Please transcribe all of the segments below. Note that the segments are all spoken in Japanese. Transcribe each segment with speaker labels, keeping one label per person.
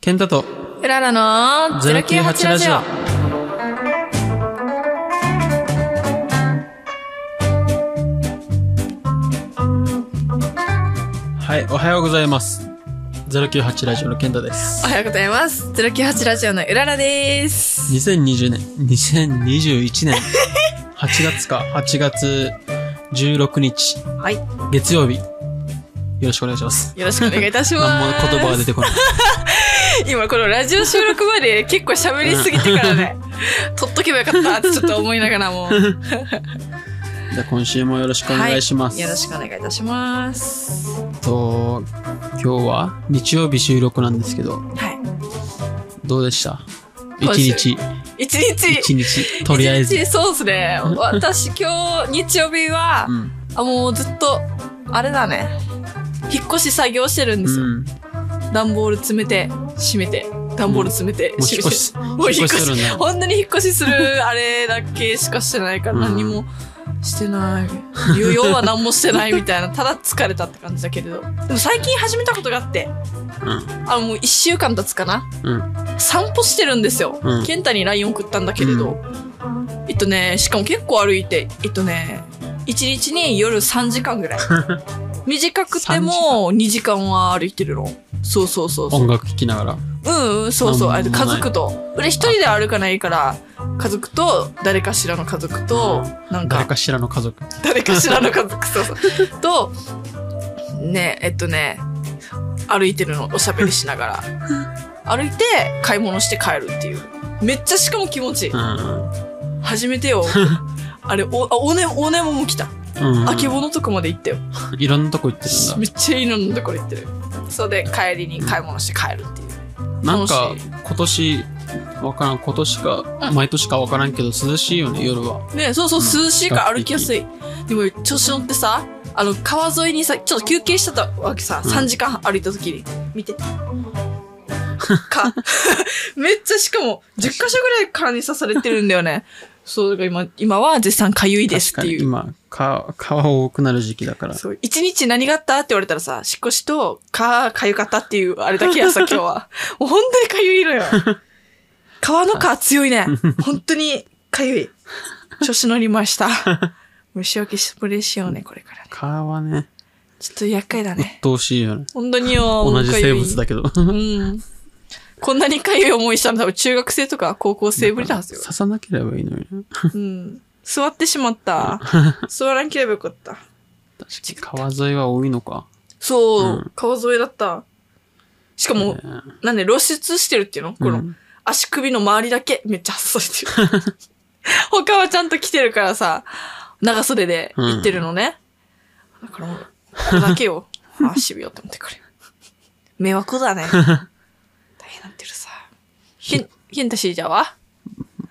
Speaker 1: ケンタと
Speaker 2: うららの
Speaker 1: 098ラジオ。はい、おはようございます。098ラジオのケンタです
Speaker 2: お。はようございます。098ラジオのうららです。
Speaker 1: 2020年、2021年8月か、8月16日、
Speaker 2: はい。よ
Speaker 1: 月曜日。よろしくお願いします。
Speaker 2: ろしくお願いいたし ます。
Speaker 1: 何も言葉が出てこない。
Speaker 2: 今このラジオ収録まで結構喋りすぎてか らね、撮っとけばよかったってちょっと思いながらも。よ
Speaker 1: じゃあ今週もよろしくお願いします。
Speaker 2: よろしくお願いいたします。は
Speaker 1: と今日は日曜日収録なんですけどどうでした一
Speaker 2: 今週
Speaker 1: 日
Speaker 2: い。一日。
Speaker 1: 一日とりあえず
Speaker 2: 一日そうで すね。私今日日曜日は、
Speaker 1: うん、
Speaker 2: あもうずっと、あれだね。引っ越し作業してるんですよ。
Speaker 1: うん、
Speaker 2: 段ボール詰めて閉めて段ボール詰めて
Speaker 1: もう
Speaker 2: 閉
Speaker 1: 引っ越
Speaker 2: めて
Speaker 1: し
Speaker 2: もう引っ越
Speaker 1: 引っ越してるん
Speaker 2: し
Speaker 1: だ
Speaker 2: 本当に引っ越しするあれだけしかしてないか
Speaker 1: うん
Speaker 2: ら何もしてない余裕は何もしてないみたいな ただ疲れたって感じだけれどでも最近始めたことがあってあもう1週間経つかな
Speaker 1: うんうん
Speaker 2: 散歩してるんですよ、
Speaker 1: うん
Speaker 2: ケンタに LINE 送ったんだけれど、えっとねしかも結構歩いてえっとね1日に夜3時間ぐらい短くても2時間は歩いてるのそうそうそうそう
Speaker 1: 音楽聴きながら
Speaker 2: うんうんそうそうあ
Speaker 1: なんもない
Speaker 2: 家族と俺一人で歩かないから家族と誰かしらの家族となん
Speaker 1: 誰
Speaker 2: か
Speaker 1: かしらの家族
Speaker 2: 誰かしらの家族そうそうとねえっとね歩いてるのおしゃべりしながら歩いて買い物して帰るっていうめっちゃしかも気持ちいい
Speaker 1: うんうん
Speaker 2: 初めてよあれおあおねおねもも来た
Speaker 1: うん
Speaker 2: あけぼのとこまで行ったよ
Speaker 1: いろんなとこ行ってる
Speaker 2: め
Speaker 1: ん
Speaker 2: っちゃいいののところ行ってるそれで帰りに買い物して帰るっていう
Speaker 1: だなんか
Speaker 2: 楽しい
Speaker 1: 今年わからん今年か
Speaker 2: うん
Speaker 1: 毎年かわからんけど涼しいよね夜は
Speaker 2: ねそうそう、
Speaker 1: うん
Speaker 2: 涼しいから歩きやすい。でも、調子乗ってさ、あの、川沿いにさ、ちょっと休憩してたわけさ、
Speaker 1: うん
Speaker 2: 3時間歩いた時に。見て。か。 めっちゃしかも、10箇所ぐらい蚊に刺されてるんだよね。そう、だから今、今は絶賛痒いです
Speaker 1: 確か
Speaker 2: って
Speaker 1: に
Speaker 2: いう。
Speaker 1: 今か川多くなる時期だから
Speaker 2: そう、一日何があったって言われたらさ、引っ越しと蚊、痒かったっていう、あれだけ やさ、今日は。もう本当に痒いのよ。川の蚊 強いね。本当に痒い。調子乗りました。虫除けスプレーしようね、これからね。
Speaker 1: 川はね
Speaker 2: ちょっと厄介だね。
Speaker 1: どうしいよね
Speaker 2: 本当によ。
Speaker 1: 同じ生物
Speaker 2: だ。
Speaker 1: だけど
Speaker 2: うん。こんなに痒い思いしたの多分中学生とか高校生ぶりだはず よ。
Speaker 1: 刺さなければいいのにね
Speaker 2: うん。座ってし まった。座らんければよかった。
Speaker 1: 確かに川沿いは多いのか。
Speaker 2: そう、
Speaker 1: うん
Speaker 2: 川沿いだった。しかも、
Speaker 1: ね
Speaker 2: なんで露出してるっていうのこの、
Speaker 1: うん
Speaker 2: 足首の周りだけめっちゃ刺されてる。 他はちゃんと着てるからさ、長袖で行ってるのね。だからもう、これだ けよ。あ、しびようと思ってくれ。迷惑だね。大変なってるさ。ひん、ひんたしーじゃは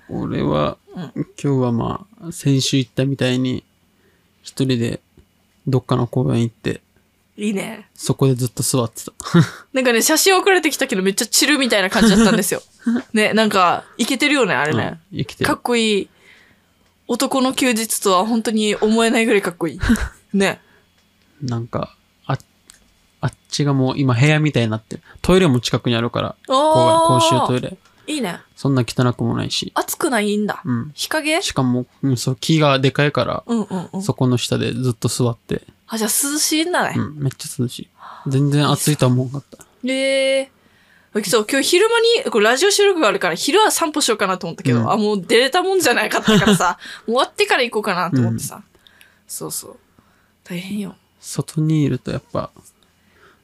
Speaker 1: 俺は、
Speaker 2: うん
Speaker 1: 今日はまあ、先週行ったみたいに、一人でどっかの公園行って、
Speaker 2: いいね。
Speaker 1: そこでずっと座ってた。
Speaker 2: なんかね、写真送られてきたけどめっちゃ散るみたいな感じだったんで すよ。ね、なんか、いけてるよね、あれね。
Speaker 1: うん生きて
Speaker 2: か
Speaker 1: る
Speaker 2: っ。こいい。男の休日とは本当に思えないぐらいか っこいい。ね。
Speaker 1: なんか、あ、あっちがもう今部屋みたいになってる。トイレも近くにあるから、公園、
Speaker 2: あ
Speaker 1: 公
Speaker 2: ー
Speaker 1: 衆トイレ。
Speaker 2: いいね。
Speaker 1: そんな汚くもないし。
Speaker 2: 暑くないんだ。
Speaker 1: うん。
Speaker 2: 日陰
Speaker 1: しかも、うんそう、木がでかいから、
Speaker 2: うんうんうん。
Speaker 1: そこの下でずっと座って、
Speaker 2: あ、じゃあ涼しいんだ
Speaker 1: う
Speaker 2: ね。
Speaker 1: ん、めっちゃ涼しい。全然暑いとは思わなかった。
Speaker 2: ええそう、今日昼間に、これラジオ収録があるから、昼は散歩しようかなと思ったけど、
Speaker 1: うん
Speaker 2: あ、もう出れたもんじゃないかったか らさ、終わってから行こうかなと思ってさ。そうそう。大変よ。
Speaker 1: 外にいるとやっぱ、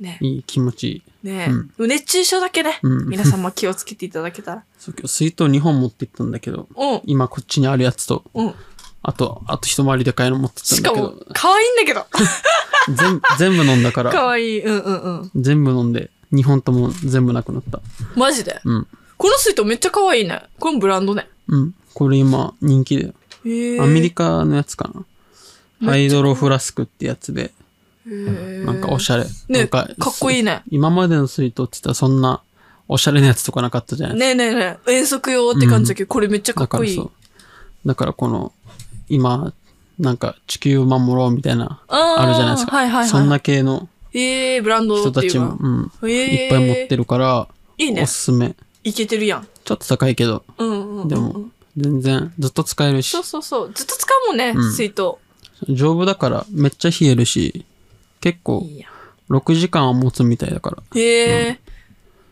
Speaker 2: ね。
Speaker 1: いい気持ちいい。
Speaker 2: ね、
Speaker 1: うん
Speaker 2: でも熱中症だけね。
Speaker 1: うん
Speaker 2: 皆様気をつけていただけたら。
Speaker 1: そう今日水筒2本持って行ったんだけど、
Speaker 2: うん。
Speaker 1: 今こっちにあるやつと、
Speaker 2: うん。
Speaker 1: あと、あと一回りでかいの持ってったん
Speaker 2: し
Speaker 1: だ
Speaker 2: か
Speaker 1: け
Speaker 2: も
Speaker 1: ど、、
Speaker 2: 可愛いんだけど。
Speaker 1: 全全部飲んだから、
Speaker 2: 可愛いうんうんうん。
Speaker 1: 全部飲んで、2本とも全部なくなった。
Speaker 2: マジで。
Speaker 1: うん。
Speaker 2: この水筒めっちゃ可愛いね。これもブランドね。
Speaker 1: うん。これ今人気で、
Speaker 2: へえ。
Speaker 1: アメリカのやつかな。ハイドロフラスクってやつで、
Speaker 2: へえ
Speaker 1: なんかおしゃれ。な
Speaker 2: ね
Speaker 1: んか
Speaker 2: かっこいいね。
Speaker 1: 今までの水筒って言ったらそんなおしゃれなやつとかなかったじゃない
Speaker 2: ねえねえねえ、遠足用って感じだけど、これめっちゃか
Speaker 1: だ
Speaker 2: っ
Speaker 1: か
Speaker 2: こ
Speaker 1: ら
Speaker 2: いい。
Speaker 1: そう。だからこの、今、なんか地球を守ろうみたいな、
Speaker 2: あー
Speaker 1: あるじゃないですか。
Speaker 2: はいはいはい
Speaker 1: そんな系の
Speaker 2: ええブランド
Speaker 1: 人
Speaker 2: って
Speaker 1: た
Speaker 2: いう
Speaker 1: ち
Speaker 2: か
Speaker 1: も、うん。
Speaker 2: ええ
Speaker 1: いっぱい持ってるから、
Speaker 2: いいね
Speaker 1: おすすめ。
Speaker 2: いけてるやん。
Speaker 1: ちょっと高いけど、
Speaker 2: うんうんうんうん。
Speaker 1: でも、全然ずっと使えるし
Speaker 2: そう、そうそう。ずっと使うもんね、
Speaker 1: うん
Speaker 2: 水筒。
Speaker 1: 丈夫だからめっちゃ冷えるし、結構
Speaker 2: いいやん。
Speaker 1: 6時間は持つみたいだから。
Speaker 2: へえ、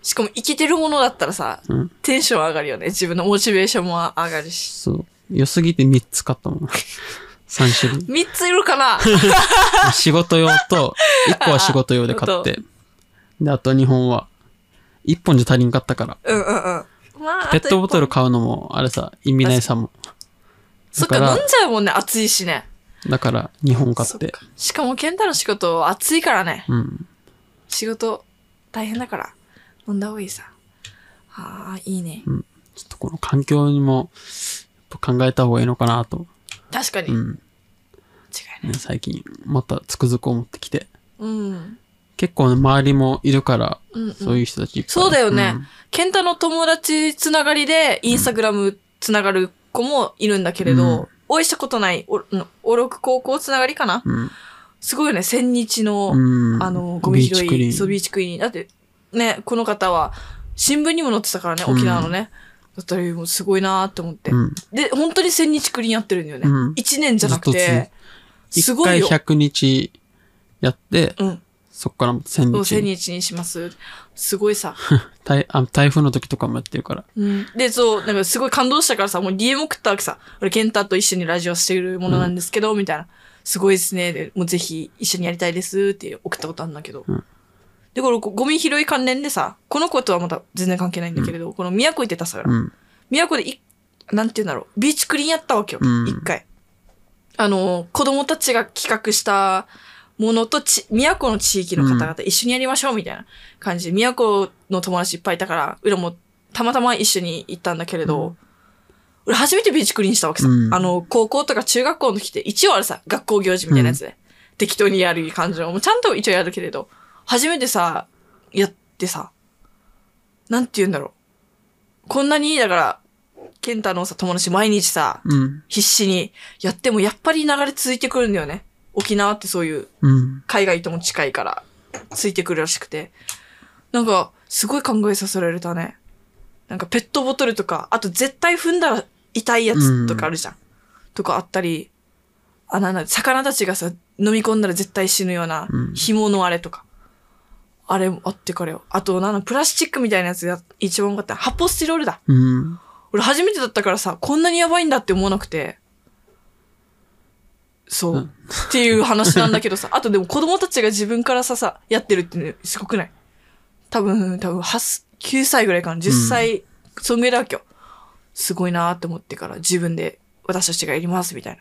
Speaker 2: しかも、いけてるものだったらさ、
Speaker 1: うん
Speaker 2: テンション上がるよね。自分のモチベーションも上がるし。
Speaker 1: そう。良すぎて3つ買った もん。3種類。
Speaker 2: 3ついる かな
Speaker 1: あ仕事用と、1個は仕事用で買 って。で、あと2本は、1本じゃ足りんかったから。
Speaker 2: うんうんうん。まあ、
Speaker 1: ペットボトル
Speaker 2: か。
Speaker 1: 買うのも、あれさ、意味ないさも。
Speaker 2: そっか、
Speaker 1: だから
Speaker 2: 飲んじゃうもんね、暑いしね。
Speaker 1: だから、2本買って。
Speaker 2: しかも、ケンタの仕事、暑いからね。
Speaker 1: うん。
Speaker 2: 仕事、大変だから、飲んだ方がいいさ。ああ、いいね。
Speaker 1: ちょっとこの環境にも、やっぱ考えた方がいいのかなと。
Speaker 2: 確かに。
Speaker 1: う
Speaker 2: 違
Speaker 1: ん。
Speaker 2: い
Speaker 1: ね
Speaker 2: ない。
Speaker 1: 最近、またつくづく思ってきて。
Speaker 2: うん。
Speaker 1: 結構ね、周りもいるから、
Speaker 2: うんうん
Speaker 1: そういう人たちいっぱい
Speaker 2: そうだよね。ケンタの友達つながりで、インスタグラムつながる子もいるんだけれ
Speaker 1: う
Speaker 2: ど
Speaker 1: ん、
Speaker 2: お会いしたことない、お、おろく高校つながりかな
Speaker 1: うん。
Speaker 2: すごいよね、千日の、
Speaker 1: うん。うん
Speaker 2: あの、ゴミ拾
Speaker 1: ビーチクリー
Speaker 2: い、
Speaker 1: ン
Speaker 2: そう、ビーチクリーン。だって、ね、この方は、新聞にも載ってたからね、沖縄のね。だったり、もうすごいなーって思って。
Speaker 1: うん。
Speaker 2: で、本当に千日クリーンやってるんだよね
Speaker 1: うん。
Speaker 2: 一、年じゃなく
Speaker 1: ずっと
Speaker 2: て、す
Speaker 1: 一
Speaker 2: ごい
Speaker 1: 回
Speaker 2: よ。
Speaker 1: 100日やって、
Speaker 2: うん。
Speaker 1: そっから1000
Speaker 2: そう、千
Speaker 1: 日。
Speaker 2: 日にします。すごいさ。
Speaker 1: 台あ台風の時とかもやってるから。
Speaker 2: うんで、そう、なんかすごい感動したからさ、もう DM 送ったわけさ。俺、ケンタと一緒にラジオしてるものなんですけど、みたいな。すごいですね。で、もうぜひ一緒にやりたいですって送ったことあるんだけど。
Speaker 1: うん
Speaker 2: で、これ、ゴミ拾い関連でさ、この子とはまた全然関係ないんだけれど、この宮古行ってたさ、俺
Speaker 1: うん。
Speaker 2: 宮古でい、なんて言うんだろう、ビーチクリーンやったわけよ、一、
Speaker 1: うん
Speaker 2: 回。あの、子供たちが企画したものとち、宮古の地域の方々一緒にやりましょうみたいな感じで、宮古の友達いっぱいいたから、裏もたまたま一緒に行ったんだけれど、俺初めてビーチクリーンしたわけさ。
Speaker 1: うん
Speaker 2: あの、高校とか中学校の時って、一応あれさ、学校行事みたいなやつで、適当にやる感じの、もうちゃんと一応やるけれど、初めてさ、やってさ、なんて言うんだろう。こんなに、だから、ケンタのさ、友達毎日さ、
Speaker 1: うん。
Speaker 2: 必死にやってもやっぱり流れ続いてくるんだよね。沖縄ってそういう
Speaker 1: うん。
Speaker 2: 海外とも近いから、ついてくるらしくて。なんか、すごい考えさせられたね。なんかペットボトルとか、あと絶対踏んだら痛いやつとかあるじゃん。とかあったり、あ、なんだ、魚たちがさ、飲み込んだら絶対死ぬような
Speaker 1: うん
Speaker 2: 紐のあれとか。あれもあってからよ。あと、なんだ、プラスチックみたいなやつが一番多かった。発泡スチロールだ。
Speaker 1: うん。。
Speaker 2: 俺初めてだったからさ、こんなにやばいんだって思わなくて。そううんっていう話なんだけどさ。あとでも子供たちが自分からさ、さ、やってるってね、すごくない多分、多分、8、9歳ぐらいかな。10歳、そんぐらいだわけよ。すごいなーって思ってから、自分で私たちがやります、みたいな。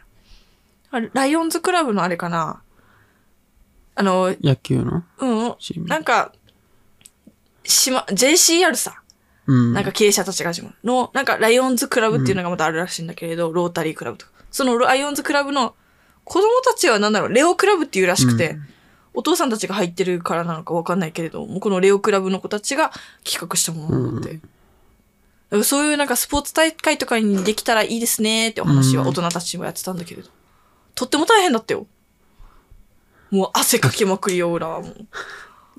Speaker 2: あれライオンズクラブのあれかなあの、
Speaker 1: 野球の
Speaker 2: うん、
Speaker 1: チーム。
Speaker 2: なんか、しま、JCR さ。
Speaker 1: うん。
Speaker 2: なんか経営者たちが始まるの、なんかライオンズクラブっていうのがまたあるらしいんだけれど、ロータリークラブとか。そのライオンズクラブの子供たちはなんだろう、レオクラブっていうらしくて、
Speaker 1: うん
Speaker 2: お父さんたちが入ってるからなのかわかんないけれど、もうこのレオクラブの子たちが企画したものなんだって。だからそういうなんかスポーツ大会とかにできたらいいですねってお話は
Speaker 1: うん
Speaker 2: 大人たちもやってたんだけれど。とっても大変だったよ。もう汗かきまくりよ、裏はもう。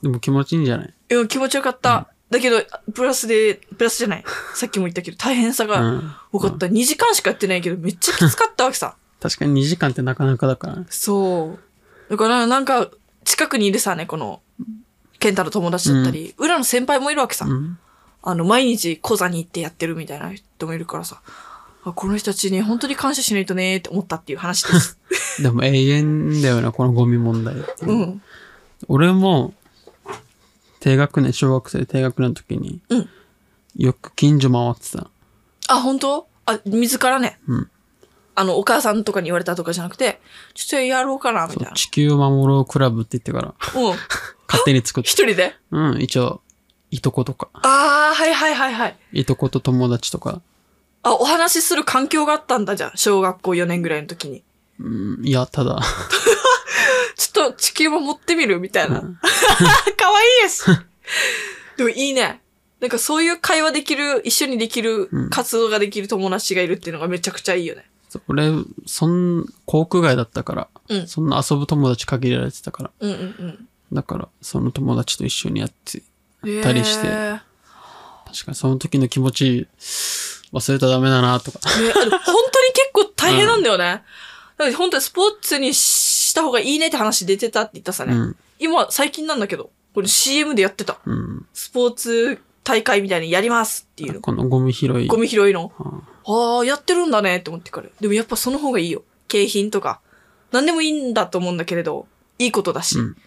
Speaker 1: でも気持ちいいんじゃない
Speaker 2: いや、気持ちよかった。だけど、プラスで、プラスじ ゃない。さっきも言ったけど、大変さ
Speaker 1: う
Speaker 2: が
Speaker 1: ん。
Speaker 2: 多かった。2時間しかやってないけど、めっちゃきつかったわ けさ。
Speaker 1: 確かに2時間ってなかなかだからね。
Speaker 2: そう。だから、なんか、近くにいるさね、この、ケンタの友達だったり、裏の先輩もいるわけさ。
Speaker 1: うん。
Speaker 2: あの、毎日講座に行ってやってるみたいな人もいるからさ。あこの人たちに本当に感謝しないとねーって思ったっていう話です。
Speaker 1: でも永遠だよな、このゴミ問題 っていうう。
Speaker 2: ん。
Speaker 1: 俺も、低学年、小学生低学年の時に、
Speaker 2: うん
Speaker 1: よく近所回ってた。
Speaker 2: あ、本当あ、自らね。
Speaker 1: うん
Speaker 2: あの、お母さんとかに言われたとかじゃなくて、ちょっとやろうかな、み
Speaker 1: そ
Speaker 2: たいう
Speaker 1: 地球を守ろうクラブって言ってから、
Speaker 2: な。うん。
Speaker 1: 勝手に作っ
Speaker 2: 一人で
Speaker 1: た。うん、一応、いとことか、
Speaker 2: ああ、はいはいはいはい。
Speaker 1: いとこと友達とか、
Speaker 2: あ、お話しする環境があったんだじゃん。小学校4年ぐらいの時に。
Speaker 1: うん、いや、ただ、
Speaker 2: ちょっと地球も持ってみるみたいな。
Speaker 1: うん
Speaker 2: かわい いです。でもいいね。なんかそういう会話できる、一緒にできる
Speaker 1: うん、
Speaker 2: 活動ができる友達がいるっていうのがめちゃくちゃいいよね。
Speaker 1: そう俺、そん、航空外だったから、
Speaker 2: うん
Speaker 1: そんな遊ぶ友達限られてたから、
Speaker 2: うんうんうん。
Speaker 1: だから、その友達と一緒にやって、
Speaker 2: へー
Speaker 1: たりして確かにその時の気持ち忘れたらダメだなとか。
Speaker 2: ね、あの本当に結構大変なんだよね。だから本当にスポーツにした方がいいねって話出てたって言ったさね。
Speaker 1: うん。
Speaker 2: 今、最近なんだけど、これ CM でやってた。
Speaker 1: うん。
Speaker 2: スポーツ大会みたいにやりますっていうの。
Speaker 1: このゴミ拾い。
Speaker 2: ゴミ拾いの。
Speaker 1: うん
Speaker 2: ああ、やってるんだねって思ってから。でもやっぱその方がいいよ。景品とか。何でもいいんだと思うんだけれど、いいことだし。
Speaker 1: うん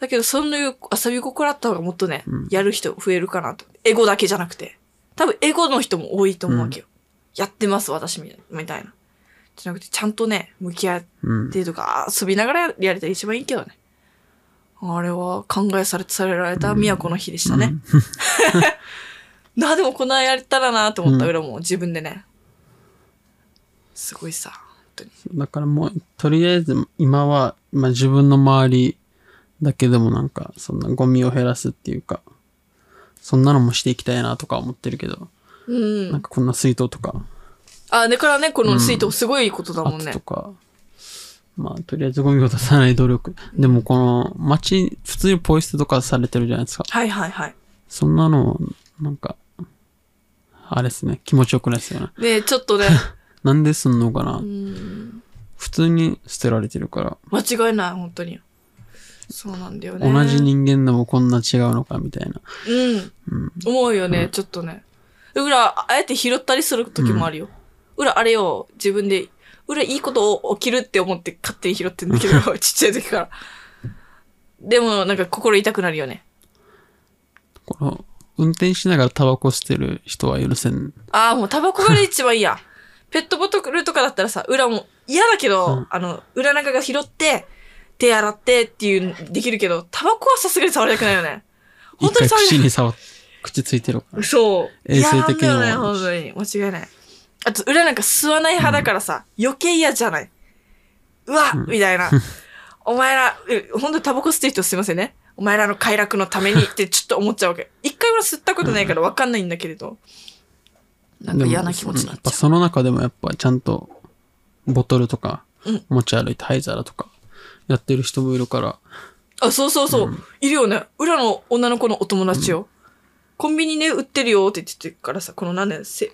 Speaker 2: だけど、そういう遊び心あった方がもっとね、
Speaker 1: うん
Speaker 2: やる人増えるかなと。エゴだけじゃなくて。多分、エゴの人も多いと思うわけよ。やってます、私みみたいな。じゃなくて、ちゃんとね、向き合っ
Speaker 1: うん。
Speaker 2: てとか、遊びながらやれたら一番いいけどね。あれは考えされされられた都の日でしたね。 なあ、でもこの間やれたらなと思った
Speaker 1: うん
Speaker 2: 裏も自分でね。すごいさ、本当に。
Speaker 1: だからもう、とりあえず今は、まあ自分の周りだけでもなんか、そんなゴミを減らすっていうか、そんなのもしていきたいなとか思ってるけど、
Speaker 2: うん。
Speaker 1: なんかこんな水筒とか、
Speaker 2: あ、だからね、この水筒すごいいいことだ
Speaker 1: あ
Speaker 2: もんね
Speaker 1: と。か、まあとりあえずゴミを出さない努力。でもこの街、普通にポイ捨てとかされてるじゃないですか。
Speaker 2: はいはいはい。
Speaker 1: そんなの、なんか、あれですね、気持ちよくないですよね。
Speaker 2: ねちょっ とね、
Speaker 1: なんですんのかな、
Speaker 2: うん。
Speaker 1: 普通に捨てられてるから、
Speaker 2: 間違いない、本当に。そうなんだよね。
Speaker 1: 同じ。人間でもこんな違うのかみたいな。
Speaker 2: うん。
Speaker 1: うん。
Speaker 2: 思うよね、ちょっとね。裏、あえて拾ったりする時もあるよ。裏、あれよ、自分で、裏いいことを起きるって思って勝手に拾ってんだけど、ちっちゃい時から。でも、なんか心痛くなるよね。
Speaker 1: この、運転しながらタバコ捨てる人は許せん。
Speaker 2: ああ、もうタバコが一番いいや。ペットボトルとかだったらさ、裏も嫌だけど、
Speaker 1: うん
Speaker 2: あの、裏中が拾って、手洗ってっていう、できるけど、タバコはさすがに触りたくないよね。本
Speaker 1: 一
Speaker 2: 当に
Speaker 1: 回
Speaker 2: 触
Speaker 1: 口
Speaker 2: りたくな
Speaker 1: に触っ、口ついてるから。
Speaker 2: い。そう。
Speaker 1: 衛生的にも
Speaker 2: 嫌なんだよね、本当に。間違いない。あと、裏なんか吸わない派だからさ、余計嫌じゃない。うわ、みたい な。お前ら、う本当にタバコ吸ってる人すいませんね。お前らの快楽のためにってちょっと思っちゃうわけ。一回も吸ったことないからわかんないんだけれど。なんか嫌な気持ちに
Speaker 1: でもや
Speaker 2: なっ
Speaker 1: っ
Speaker 2: ちゃ
Speaker 1: ぱ
Speaker 2: う。
Speaker 1: その中でもやっぱちゃんと、ボトルとか
Speaker 2: うん、
Speaker 1: 持ち歩いて灰皿とか、やってる人もいるから、
Speaker 2: あ、そうそうそう。いるよね。裏の女の子のお友達よ。コンビニね、売ってるよって言ってるからさ、この何年、せ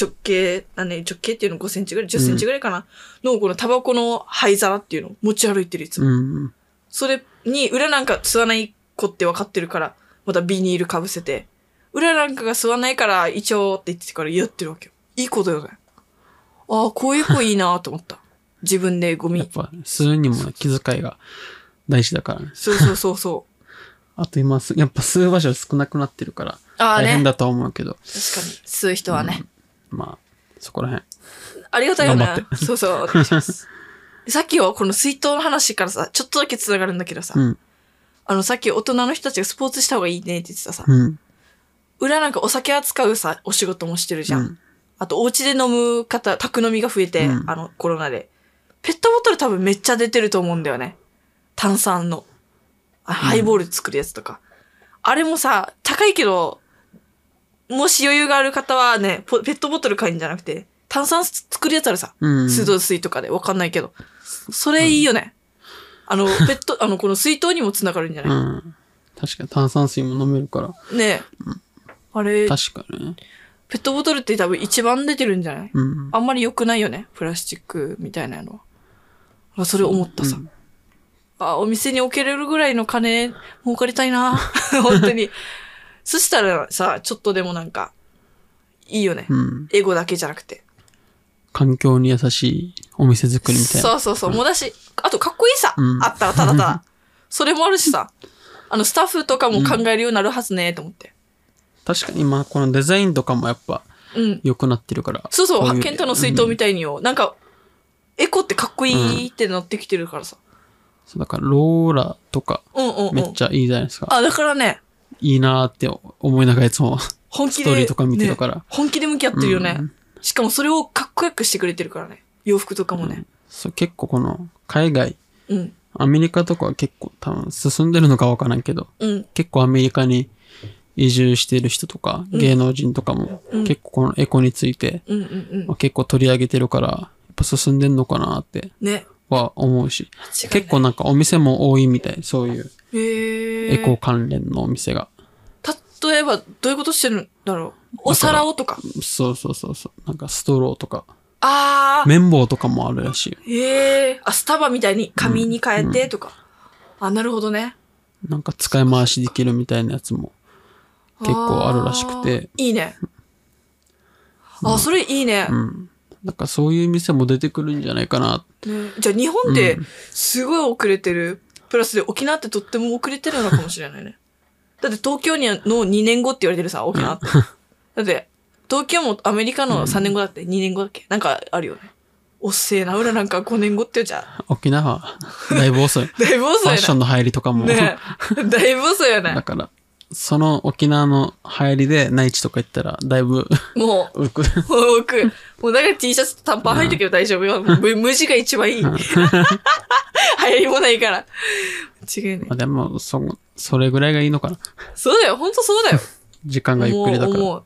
Speaker 2: 直径、何年、直径っていうの5センチぐらい、10センチぐらいかな。の、このタバコの灰皿っていうの持ち歩いてるいつも。
Speaker 1: うん。
Speaker 2: それに、裏なんか吸わない子って分かってるから、またビニールかぶせて。裏なんかが吸わないから、一応って言ってからやってるわけよ。いい子だよね。ああ、こういう子いいなと思った。自分でゴ
Speaker 1: やっ
Speaker 2: ミ。
Speaker 1: ぱ、吸うにも気遣いが大事だからね。
Speaker 2: そうそうそうそう。
Speaker 1: あと今す、やっぱ吸う場所少なくなってるから、
Speaker 2: ああ
Speaker 1: 大
Speaker 2: ね。
Speaker 1: 変
Speaker 2: 確か
Speaker 1: だとは思うけど、
Speaker 2: に。吸う人はね。
Speaker 1: まあ、そこら辺。
Speaker 2: ありがたいよね
Speaker 1: 頑張。
Speaker 2: そうそう、お願いします。 さっきはこの水筒の話からさ、ちょっとだけ繋がるんだけどさ、
Speaker 1: うん。
Speaker 2: あのさっき大人の人たちがスポーツした方がいいねって言ってたさ、
Speaker 1: うん。
Speaker 2: 裏なんかお酒扱うさ、お仕事もしてるじゃん。
Speaker 1: うん
Speaker 2: あとお家で飲む方、宅飲みが増えて、
Speaker 1: うん
Speaker 2: あのコロナで。ペットボトル多分めっちゃ出てると思うんだよね。炭酸の。あハイボール作るやつとか。あれもさ、高いけど、もし余裕がある方はね、ポペットボトル買うんじゃなくて、炭酸作るやつあるさ。
Speaker 1: うん。
Speaker 2: 水道水とかで、わかんないけど。それいいよね。あの、ペット、あの、この水筒にもつながるんじゃ
Speaker 1: う
Speaker 2: ない、
Speaker 1: ん。確かに炭酸水も飲めるから、
Speaker 2: ねえ。あれ、
Speaker 1: 確かにね。
Speaker 2: ペットボトルって多分一番出てるんじゃない
Speaker 1: うん。
Speaker 2: あんまり良くないよね。プラスチックみたいなのは。あそれ思ったさ。
Speaker 1: うん
Speaker 2: あ、お店に置けれるぐらいの金、儲かりたいな。 本当 に。そしたらさ、ちょっとでもなんか、いいよね。
Speaker 1: うん。
Speaker 2: エゴだけじゃなくて。
Speaker 1: 環境に優しいお店作りみたいな。
Speaker 2: そうそうそう。もうだし、あとかっこいいさ。
Speaker 1: うん
Speaker 2: あったらただた だ。それもあるしさ。あの、スタッフとかも考えるようになるはずね、と思って。
Speaker 1: 確かに今、このデザインとかもやっぱ
Speaker 2: うん。
Speaker 1: 良くなってるから。
Speaker 2: そうそう、
Speaker 1: こい
Speaker 2: 発見との水筒みたいによ。なんか、エコってかっこいいってなってきてるからさ。
Speaker 1: そうだから、ローラとか、
Speaker 2: うんうんうん。
Speaker 1: めっちゃいいじゃないですか。
Speaker 2: あ、だからね、
Speaker 1: いいなーって思いながらいつも、
Speaker 2: 本気
Speaker 1: ス
Speaker 2: で。
Speaker 1: トーリーとか見てるから。
Speaker 2: ね本気で向き合ってるよね、
Speaker 1: うん
Speaker 2: しかもそれをかっこよくしてくれてるからね。洋服とかもね。
Speaker 1: そう結構この、海外、
Speaker 2: うん。
Speaker 1: アメリカとかは結構多分進んでるのかわからんけど、
Speaker 2: うん。
Speaker 1: 結構アメリカに移住してる人とか、芸能人とかも、
Speaker 2: うん
Speaker 1: 結構このエコについて、
Speaker 2: うんうんうん
Speaker 1: まあ、。結構取り上げてるから、やっぱ進んでんのかなって
Speaker 2: ね。
Speaker 1: は思うし、
Speaker 2: 違うね
Speaker 1: 結構なんかお店も多いみたい、そういう
Speaker 2: へー
Speaker 1: エコ関連のお店が。
Speaker 2: た例えば、どういうことしてるんだろう。お皿をとか。
Speaker 1: そうそうそうそう。なんかストローとか、
Speaker 2: ああ、
Speaker 1: 綿棒とかもあるらしいよ。
Speaker 2: ええあ、スタバみたいに紙に変えてとか。あ、なるほどね。
Speaker 1: なんか使い回しできるみたいなやつも結構あるらしくて。
Speaker 2: あー。いいね。あ、それいいね。
Speaker 1: うん。なんかそういう店も出てくるんじゃないかな。
Speaker 2: ねじゃあ日本ってすごい遅れてる。プラスで沖縄ってとっても遅れてるのかもしれな いね。だって東京にはの2年後って言われてるさ、沖縄って。 だって東京もアメリカの3年後だって、2年後だっけなんかあるよね。おっせえな、裏なんか5年後って言うじゃん。
Speaker 1: 沖縄はだいぶ遅い。フ
Speaker 2: だいぶ遅
Speaker 1: ァッ
Speaker 2: い
Speaker 1: ションの入りとかも。
Speaker 2: な。ねえだいぶ遅い よ
Speaker 1: だ
Speaker 2: ね。
Speaker 1: から、その沖縄の流行りで内地とか行ったら、だいぶ
Speaker 2: もう。
Speaker 1: 浮く。
Speaker 2: もう僕、もうだから T シャツと短パン履いとけば大丈夫よ。む無地が一番 いい。流行りもないから。違いない
Speaker 1: まあ。でも、そ、それぐらいがいいのかな。
Speaker 2: そうだよ、ほんとそうだよ。
Speaker 1: 時間がゆっくりだか
Speaker 2: 思う思う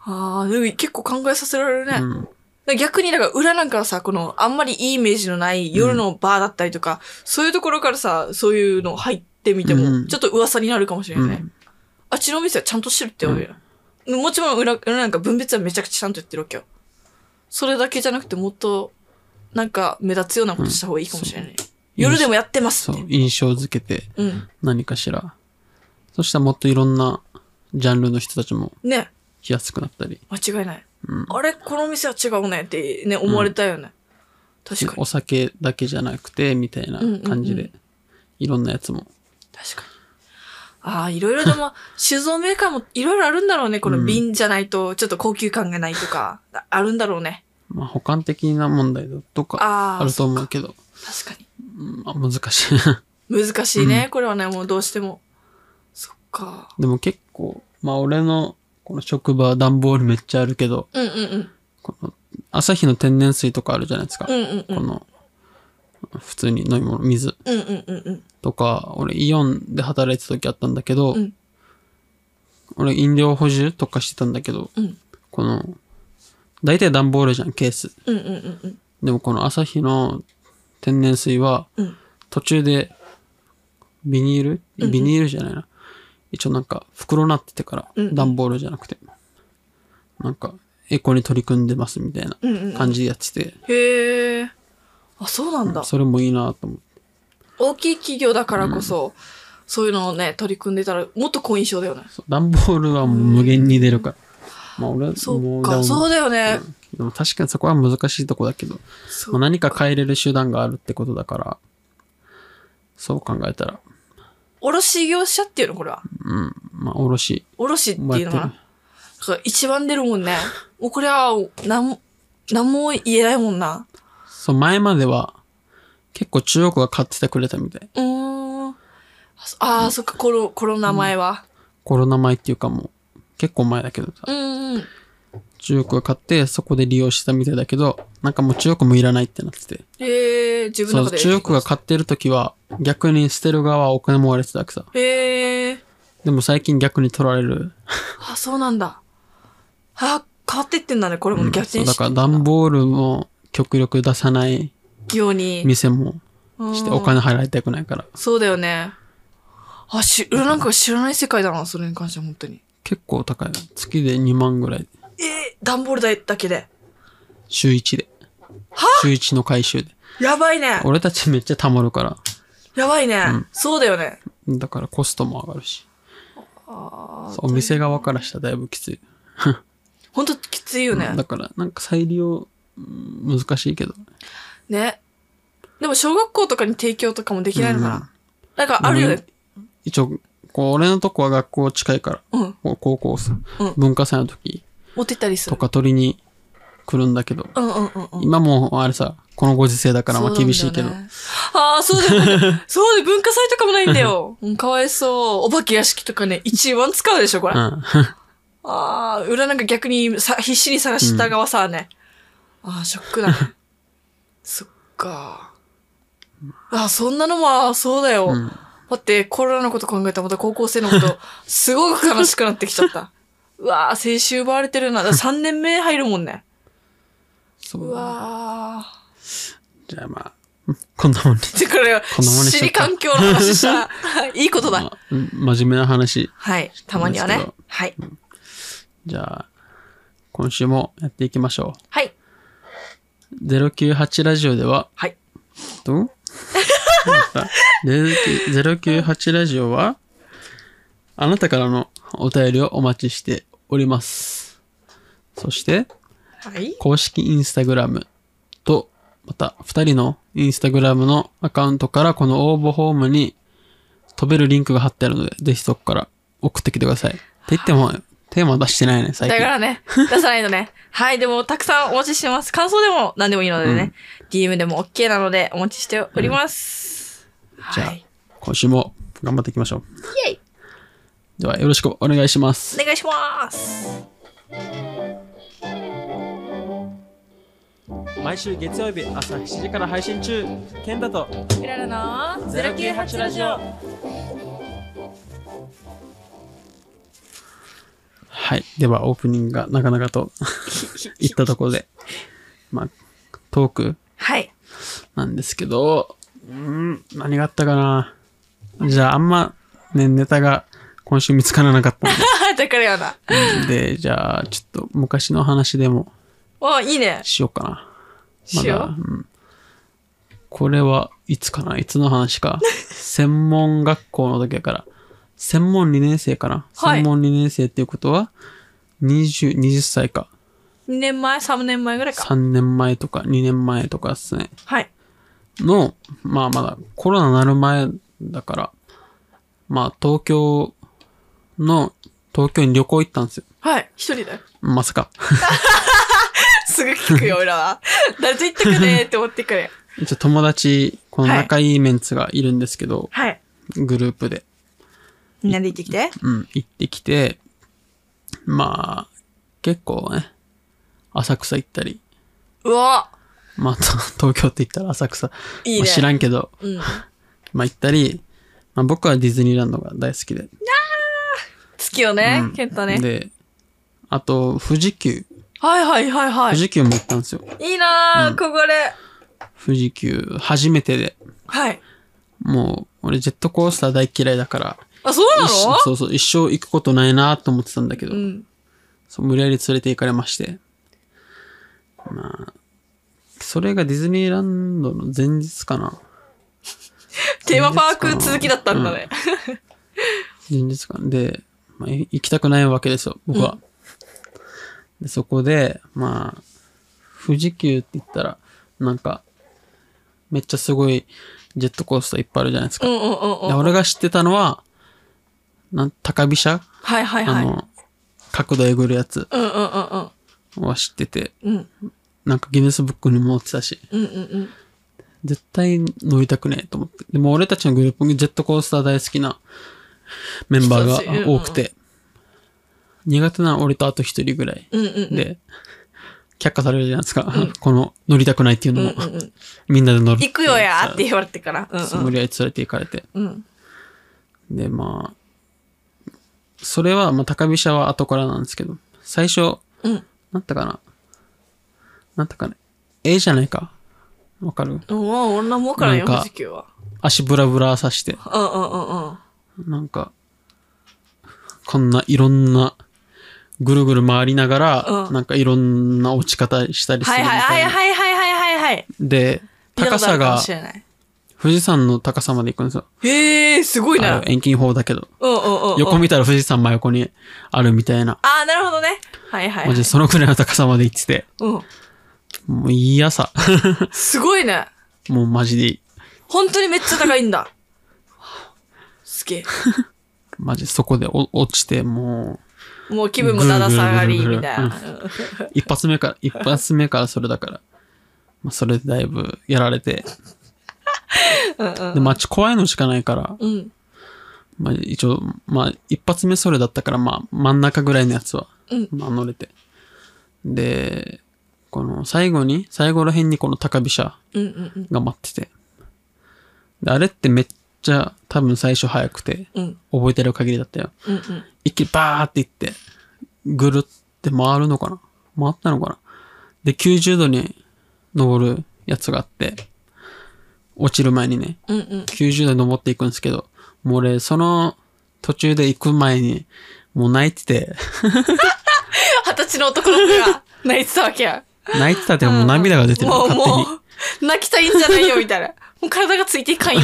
Speaker 2: ああ、でも結構考えさせられるね。
Speaker 1: ら。
Speaker 2: だから逆に、だから裏なんかさ、この、あんまりいいイメージのない夜のバーだったりとか、そういうところからさ、そういうの入ってみても、
Speaker 1: うん
Speaker 2: ちょっと噂になるかもしれ
Speaker 1: う
Speaker 2: ない
Speaker 1: ん。う
Speaker 2: ね。
Speaker 1: ん。
Speaker 2: あっちのお店はちゃんとしてるってわけよ。もちろん裏、裏なんか分別はめちゃくちゃちゃんとやってるわけよ。それだけじゃなくて、もっと、なんか目立つようなことした方がいいかもしれない。夜でもやってます
Speaker 1: そ
Speaker 2: って
Speaker 1: う。。印象づけて、
Speaker 2: うん。
Speaker 1: 何かしら。そしたらもっといろんなジャンルの人たちも
Speaker 2: ね。
Speaker 1: 来やすくなったり。
Speaker 2: 間違いない。
Speaker 1: うん
Speaker 2: あれこの店は違うねってね、思われたよね。確かに。
Speaker 1: お酒だけじゃなくて、みたいな感じで、
Speaker 2: うん
Speaker 1: いろんなやつも。
Speaker 2: 確かに。ああ、いろいろで も、酒造メーカーもいろいろあるんだろうね。この瓶じゃないと、ちょっと高級感がないと か、ああるんだろうね。
Speaker 1: まあ、補完的な問題だとか、
Speaker 2: あ
Speaker 1: あ
Speaker 2: あ
Speaker 1: る、と思うけど、
Speaker 2: 確か
Speaker 1: うんまあ、難しいな。
Speaker 2: に。難しいね。これはね、もうどうしても。そっか。
Speaker 1: でも結構、まあ、俺の、この職場、段ボールめっちゃあるけど、
Speaker 2: うんうんうん。
Speaker 1: この、朝日の天然水とかあるじゃないですか。
Speaker 2: うんうんう
Speaker 1: こ
Speaker 2: ん。
Speaker 1: の、普通に飲み物、水
Speaker 2: うんうんうんうん。
Speaker 1: とか、俺イオンで働いてた時あったんだけど、
Speaker 2: うん
Speaker 1: 俺飲料補充とかしてたんだけど、
Speaker 2: うん
Speaker 1: この、大体段ボールじゃん、ケース。
Speaker 2: うんうんうんうん。
Speaker 1: でもこの朝日の天然水は、
Speaker 2: うん
Speaker 1: 途中で、ビニールビニールじゃないな。一応なんか、袋なっててから、
Speaker 2: うんうん
Speaker 1: 段ボールじゃなくて、なんか、エコに取り組んでますみたいな
Speaker 2: うんうんうん
Speaker 1: 感じでやってて、
Speaker 2: へえ。あ、そうなんだ。
Speaker 1: それもいいなと思って。
Speaker 2: 大きい企業だからこそ、そういうのをね、取り組んでたら、もっと好印象だよね。
Speaker 1: そう段ボールはもう無限に出るから。まあ俺はも
Speaker 2: そっ
Speaker 1: うでも
Speaker 2: か、そうだよね。
Speaker 1: でも確かにそこは難しいとこだけど、
Speaker 2: そう
Speaker 1: まあ、何か変えれる手段があるってことだから、そう考えたら、
Speaker 2: 卸業者っていうのこれは。
Speaker 1: うん、まあ卸
Speaker 2: 卸って
Speaker 1: も
Speaker 2: いう
Speaker 1: や
Speaker 2: の
Speaker 1: って
Speaker 2: かな。
Speaker 1: る
Speaker 2: だ。から一番出るもんね。もうこれは、なんも、なんも言えないもんな。
Speaker 1: そう、前までは結構中国が買っててくれたみたい。
Speaker 2: うーん。あ、そあーそっか、コロ、コロナ前は。
Speaker 1: コロナ前っていうかもう結構前だけどさ
Speaker 2: う、ん、うん。
Speaker 1: 中国が買ってそこで利用してたみたいだけど、なんかもう中国もいらないってなってて。
Speaker 2: えー、自分
Speaker 1: そ
Speaker 2: の
Speaker 1: う、
Speaker 2: 中で。
Speaker 1: 中国が買ってる時は逆に捨てる側はお金も割れてたわけさ。
Speaker 2: えー、
Speaker 1: でも最近逆に取られる。
Speaker 2: あ、そうなんだ。あ、変わってってんだね、これも逆
Speaker 1: そう
Speaker 2: 転
Speaker 1: だ
Speaker 2: し
Speaker 1: から段ボールも極力出さない
Speaker 2: ように。
Speaker 1: 店もして
Speaker 2: うん
Speaker 1: お金払いたくないから。
Speaker 2: そうだよね。あ、し、俺なんか知らない世界だな、それに関しては本当に。
Speaker 1: 結構高いよ。月で2万ぐらい。
Speaker 2: えー、段ボール代だけで。
Speaker 1: 週1で。週1の回収で。
Speaker 2: やばいね。
Speaker 1: 俺たちめっちゃ貯まるから。
Speaker 2: やばいね。そうだよね。
Speaker 1: だからコストも上がるし。
Speaker 2: あ
Speaker 1: そうお店側からしたらだいぶきつい。
Speaker 2: 本当きついよね。
Speaker 1: だからなんか再利用、うん難しいけど。
Speaker 2: ね。でも小学校とかに提供とかもできないのかな。なんかあるよね。
Speaker 1: 一応、こう俺のとこは学校近いから、
Speaker 2: うん。
Speaker 1: こう高校さ、
Speaker 2: うん
Speaker 1: 文化祭の時
Speaker 2: 持ってったりす
Speaker 1: と
Speaker 2: る。
Speaker 1: か取りに来るんだけど、
Speaker 2: うんうんうんうん。
Speaker 1: 今もうあれさ、このご時世だからまあ厳しいけど、
Speaker 2: そうなんだよねああ、そうだよね。そうだよ文化祭とかもないんだよ。うんかわいそう。お化け屋敷とかね、一番使うでしょ、これ。ああ、裏なんか逆にさ必死に探した側さ、ね。ああ、ショックだね。 そっか。ああ、そんなのも、ああそうだよ。
Speaker 1: うん。うん
Speaker 2: 待って、コロナのこと考えたらまた高校生 のこと、すごく悲しくなってきちゃった。うわぁ、青春奪われてるな。だ3年目入るもんね。
Speaker 1: そうう
Speaker 2: わ
Speaker 1: じゃあまあ、こんなもんね。
Speaker 2: で、これ、
Speaker 1: んなもんにしちゃった
Speaker 2: 地理環境の話した。いいこ とだ。
Speaker 1: まあうん真面目な話。
Speaker 2: はい。たまには
Speaker 1: そう
Speaker 2: ね
Speaker 1: ですけ。
Speaker 2: はい。
Speaker 1: じゃあ、今週もやっていきましょ
Speaker 2: はい。
Speaker 1: う。098ラジオでは、
Speaker 2: はい。
Speaker 1: ど う ?098 ラジオは、あなたからのお便りをお待ちしております。そして、
Speaker 2: はい。
Speaker 1: 公式インスタグラムと、また2人のインスタグラムのアカウントからこの応募フォームに飛べるリンクが貼ってあるので、ぜひそこから送ってきてください。って言っても、テーマ出してないね、最
Speaker 2: だ
Speaker 1: 近。
Speaker 2: からね、出さないの ね。はい。でも、たくさんお待ちしてます。感想でも何でもいいのでね。DM でも OK なので、お待ちしております。
Speaker 1: じゃあ
Speaker 2: はい。
Speaker 1: 今週も頑張っていきましょう。
Speaker 2: イェイ
Speaker 1: では、よろしくお願いします。
Speaker 2: お願いします。
Speaker 1: 毎週月曜日朝7時から配信中、ケンタと
Speaker 2: クララの
Speaker 1: 098ラジオ。はい。では、オープニングがなかなかと いったところで、まあ、トーク
Speaker 2: はい。
Speaker 1: なんですけど、うーん、何があったかな。じゃあ、あんま、ね、ネタが今週見つからなかった
Speaker 2: だからやな。
Speaker 1: んで、 でじゃあ、ちょっと昔の話でも
Speaker 2: おいいね。
Speaker 1: しようかな。ま
Speaker 2: し
Speaker 1: だ、う
Speaker 2: よ
Speaker 1: ん、これはいつかないつの話 か。専門学校の時やから。専門2年生かな。
Speaker 2: はい
Speaker 1: 専門2年生っていうことは、20、20歳か。
Speaker 2: う。2年前 ?3 年前ぐらいか。
Speaker 1: 3年前とか2年前とかですね。
Speaker 2: はい。
Speaker 1: の、まあまだコロナなる前だから、まあ東京の、東京に旅行行ったんですよ。
Speaker 2: はい。一人だよ。
Speaker 1: まさか。
Speaker 2: すぐ聞くよ、俺ら は。誰と行ってくねーって思ってくれ。
Speaker 1: 一応友達、この仲いいメンツがいるんですけど、
Speaker 2: はい。
Speaker 1: グループで。
Speaker 2: みんなで行ってきて。
Speaker 1: うん、行ってきて、まあ、結構ね、浅草行ったり、
Speaker 2: うわ
Speaker 1: まあ、と 東京って言ったら浅草、
Speaker 2: いいね
Speaker 1: まあ知らんけど、
Speaker 2: うん。好
Speaker 1: まあ行ったり、まあ僕はディズニーランドが大好きで。
Speaker 2: きよね
Speaker 1: う、ん
Speaker 2: ケンタね。
Speaker 1: で、あと、富士急。
Speaker 2: はいはいはいは
Speaker 1: 富
Speaker 2: い。
Speaker 1: 士急も行ったんですよ。
Speaker 2: いいなー、ここで。
Speaker 1: 富士急、初めてで。
Speaker 2: はい。
Speaker 1: もう、俺ジェットコースター大嫌いだから、
Speaker 2: あ、そうな
Speaker 1: 一生
Speaker 2: の
Speaker 1: そうそう、一生行くことないなと思ってたんだけど、
Speaker 2: うん。
Speaker 1: そう無理やり連れて行かれまして。まあ、それがディズニーランドの前日かな。
Speaker 2: テーマパーク続きだったんだね。
Speaker 1: 前日かな。で、まあ、い行きたくないわけですよ、僕は。でそこで、まあ、富士急って言ったら、なんか、めっちゃすごいジェットコースターいっぱいあるじゃないです
Speaker 2: う
Speaker 1: か。
Speaker 2: んうんうん
Speaker 1: で
Speaker 2: うん。
Speaker 1: 俺が知ってたのは、なん高飛車、
Speaker 2: はいはいは
Speaker 1: あ
Speaker 2: い。
Speaker 1: の、角度えぐるやつ
Speaker 2: うんうんうんうん。
Speaker 1: は知ってて、
Speaker 2: うん
Speaker 1: なんかギネスブックにも載ってたし。
Speaker 2: うんうんうん。
Speaker 1: 絶対乗りたくねえと思って。でも俺たちのグループにジェットコースター大好きなメンバ
Speaker 2: 人たち
Speaker 1: ー
Speaker 2: う
Speaker 1: が
Speaker 2: ん
Speaker 1: 多くて、苦手な俺とあと一人ぐらい
Speaker 2: うんうんうん。
Speaker 1: で、却下されるじゃないですか。この乗りたくないっていうのも、
Speaker 2: うんうんうん
Speaker 1: みんなで乗るってい
Speaker 2: 行
Speaker 1: う。
Speaker 2: くよやーって言われてから。うん
Speaker 1: そう無理やり連れて行かれて。
Speaker 2: うん。うん。
Speaker 1: で、まあ、それは、まあ、高飛車は後からなんですけど、最初、
Speaker 2: うん。
Speaker 1: なったかななったかねええじゃないかわかる
Speaker 2: おー、女もうからんよ、
Speaker 1: なんか
Speaker 2: 富士急は。
Speaker 1: 足ブラブラさして。
Speaker 2: うんうんうんうん。
Speaker 1: なんか、こんないろんな、ぐるぐる回りながら、
Speaker 2: うん
Speaker 1: なんかいろんな落ち方したりする
Speaker 2: は
Speaker 1: み
Speaker 2: い
Speaker 1: たいな。
Speaker 2: はいはいはいはいはいはいはい。
Speaker 1: で、
Speaker 2: 見
Speaker 1: 高
Speaker 2: たことあ
Speaker 1: さ
Speaker 2: るか
Speaker 1: が
Speaker 2: もし、れない
Speaker 1: 富士山の高さまで行くんですよ。
Speaker 2: へえ、すごい
Speaker 1: あ
Speaker 2: な。
Speaker 1: の遠近法だけど。
Speaker 2: うんうんうんうん。
Speaker 1: 横見たら富士山真横にあるみたいな。
Speaker 2: ああ、なるほどね。はいはい、は
Speaker 1: マ
Speaker 2: い
Speaker 1: ジで。そのくらいの高さまで行ってて、
Speaker 2: うん。
Speaker 1: もういい朝。
Speaker 2: すごいね。
Speaker 1: もうマジでいい。
Speaker 2: 本当にめっちゃ高いんだ。 すげ
Speaker 1: マジそこでお落ちて、も
Speaker 2: え。もう気分もだだ下がり、みたいな。
Speaker 1: う、一発目から、一発目からそれだから。まあ、それでだいぶやられて。で、街怖いのしかないから、
Speaker 2: うん。うん
Speaker 1: まあ、一応、まあ、一発目それだったから、まあ、真ん中ぐらいのやつは、
Speaker 2: うん
Speaker 1: まあ、乗れて。で、この、最後に、最後ら辺にこの高飛車
Speaker 2: うんうん
Speaker 1: が待ってて。で、あれってめっちゃ、多分最初早くて、
Speaker 2: うん。うん
Speaker 1: 覚えてる限りだったよ。
Speaker 2: うんうん。
Speaker 1: 一気にバーって行って、ぐるって回るのかな回ったのかなで、90度に登るやつがあって、落ちる前にね、
Speaker 2: うんうん。
Speaker 1: 90度に登っていくんですけど、もう俺、その途中で行く前に、もう泣いてて、
Speaker 2: 二十歳の男の子が泣いてたわけや。
Speaker 1: 泣いてたってもう涙が出てる、
Speaker 2: もう、
Speaker 1: 勝手に。
Speaker 2: もう、泣きたいんじゃないよ、み たいな。もう体がついていかんよ。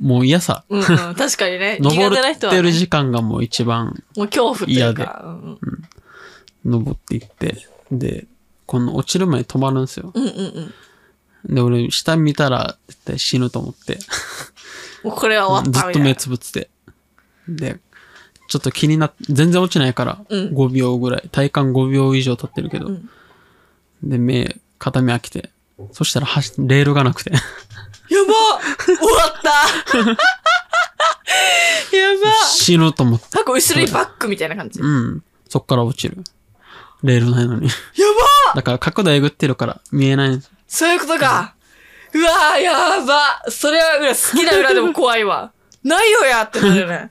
Speaker 1: もう嫌さ。
Speaker 2: うんうん、確かにね。苦手
Speaker 1: 登
Speaker 2: な
Speaker 1: っ
Speaker 2: 人はね、
Speaker 1: てる時間がもう一番
Speaker 2: もう恐怖というか。うん
Speaker 1: 登っていって、で、この落ちる前に止まるんですよ。
Speaker 2: うんうんうん。
Speaker 1: で、俺、下見たら絶対死ぬと思って、
Speaker 2: もうこれは終わった
Speaker 1: ずっ
Speaker 2: み
Speaker 1: と
Speaker 2: たい
Speaker 1: 目
Speaker 2: な。
Speaker 1: つぶってて。で、ちょっと気になっ全然落ちないから、
Speaker 2: うん
Speaker 1: 5秒ぐらい、体感5秒以上経ってるけど、
Speaker 2: うん
Speaker 1: で、目、片目開けて、そしたら走、レールがなくて、
Speaker 2: やば終わった やば
Speaker 1: 死ぬと思って、
Speaker 2: なんか後ろにバックみたいな感じ。や
Speaker 1: うん、そっから落ちる。レールないのに。
Speaker 2: ば
Speaker 1: だから角度えぐってるから見えないんです。
Speaker 2: そういうことか。うわーやばそれは裏、好きな裏でも怖いわ。ないよやってなるよね。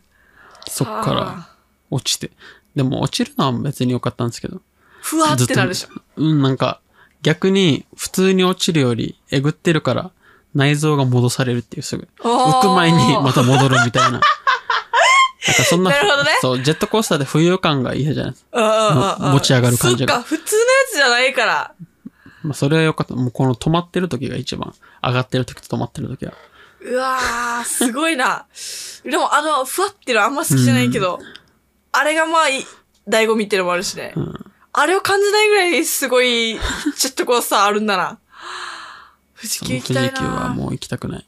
Speaker 1: そっか
Speaker 2: あ
Speaker 1: ら落ちて。でも落ちるのは別に良かったんですけど。
Speaker 2: ふわーってなるでしょ。
Speaker 1: うん、なんか、逆に普通に落ちるよりえぐってるから内臓が戻されるっていうすぐ。
Speaker 2: おー
Speaker 1: 浮く前にまた戻るみたいな。 なんかそんな、
Speaker 2: なるほどね
Speaker 1: そう、ジェットコースターで浮遊感が嫌じゃないですか。
Speaker 2: うんうんうんうん
Speaker 1: 持ち上がる感じが
Speaker 2: そっか、普通のやつじゃないから。
Speaker 1: まあ、それは良かった。もうこの止まってる時が一番。上がってる時と止まってる時は。
Speaker 2: うわー、すごいな。 でもあの、ふわってのあんま好きじゃないけど、あれがまあ、い醍醐味ってのもあるしね。
Speaker 1: うん。
Speaker 2: あれを感じないぐらいすごい、ちょっとこうさ、あるんだな。富士
Speaker 1: そ
Speaker 2: 急
Speaker 1: の
Speaker 2: 行
Speaker 1: 富士
Speaker 2: き
Speaker 1: 急
Speaker 2: たい
Speaker 1: は
Speaker 2: な。
Speaker 1: もう行きたくない。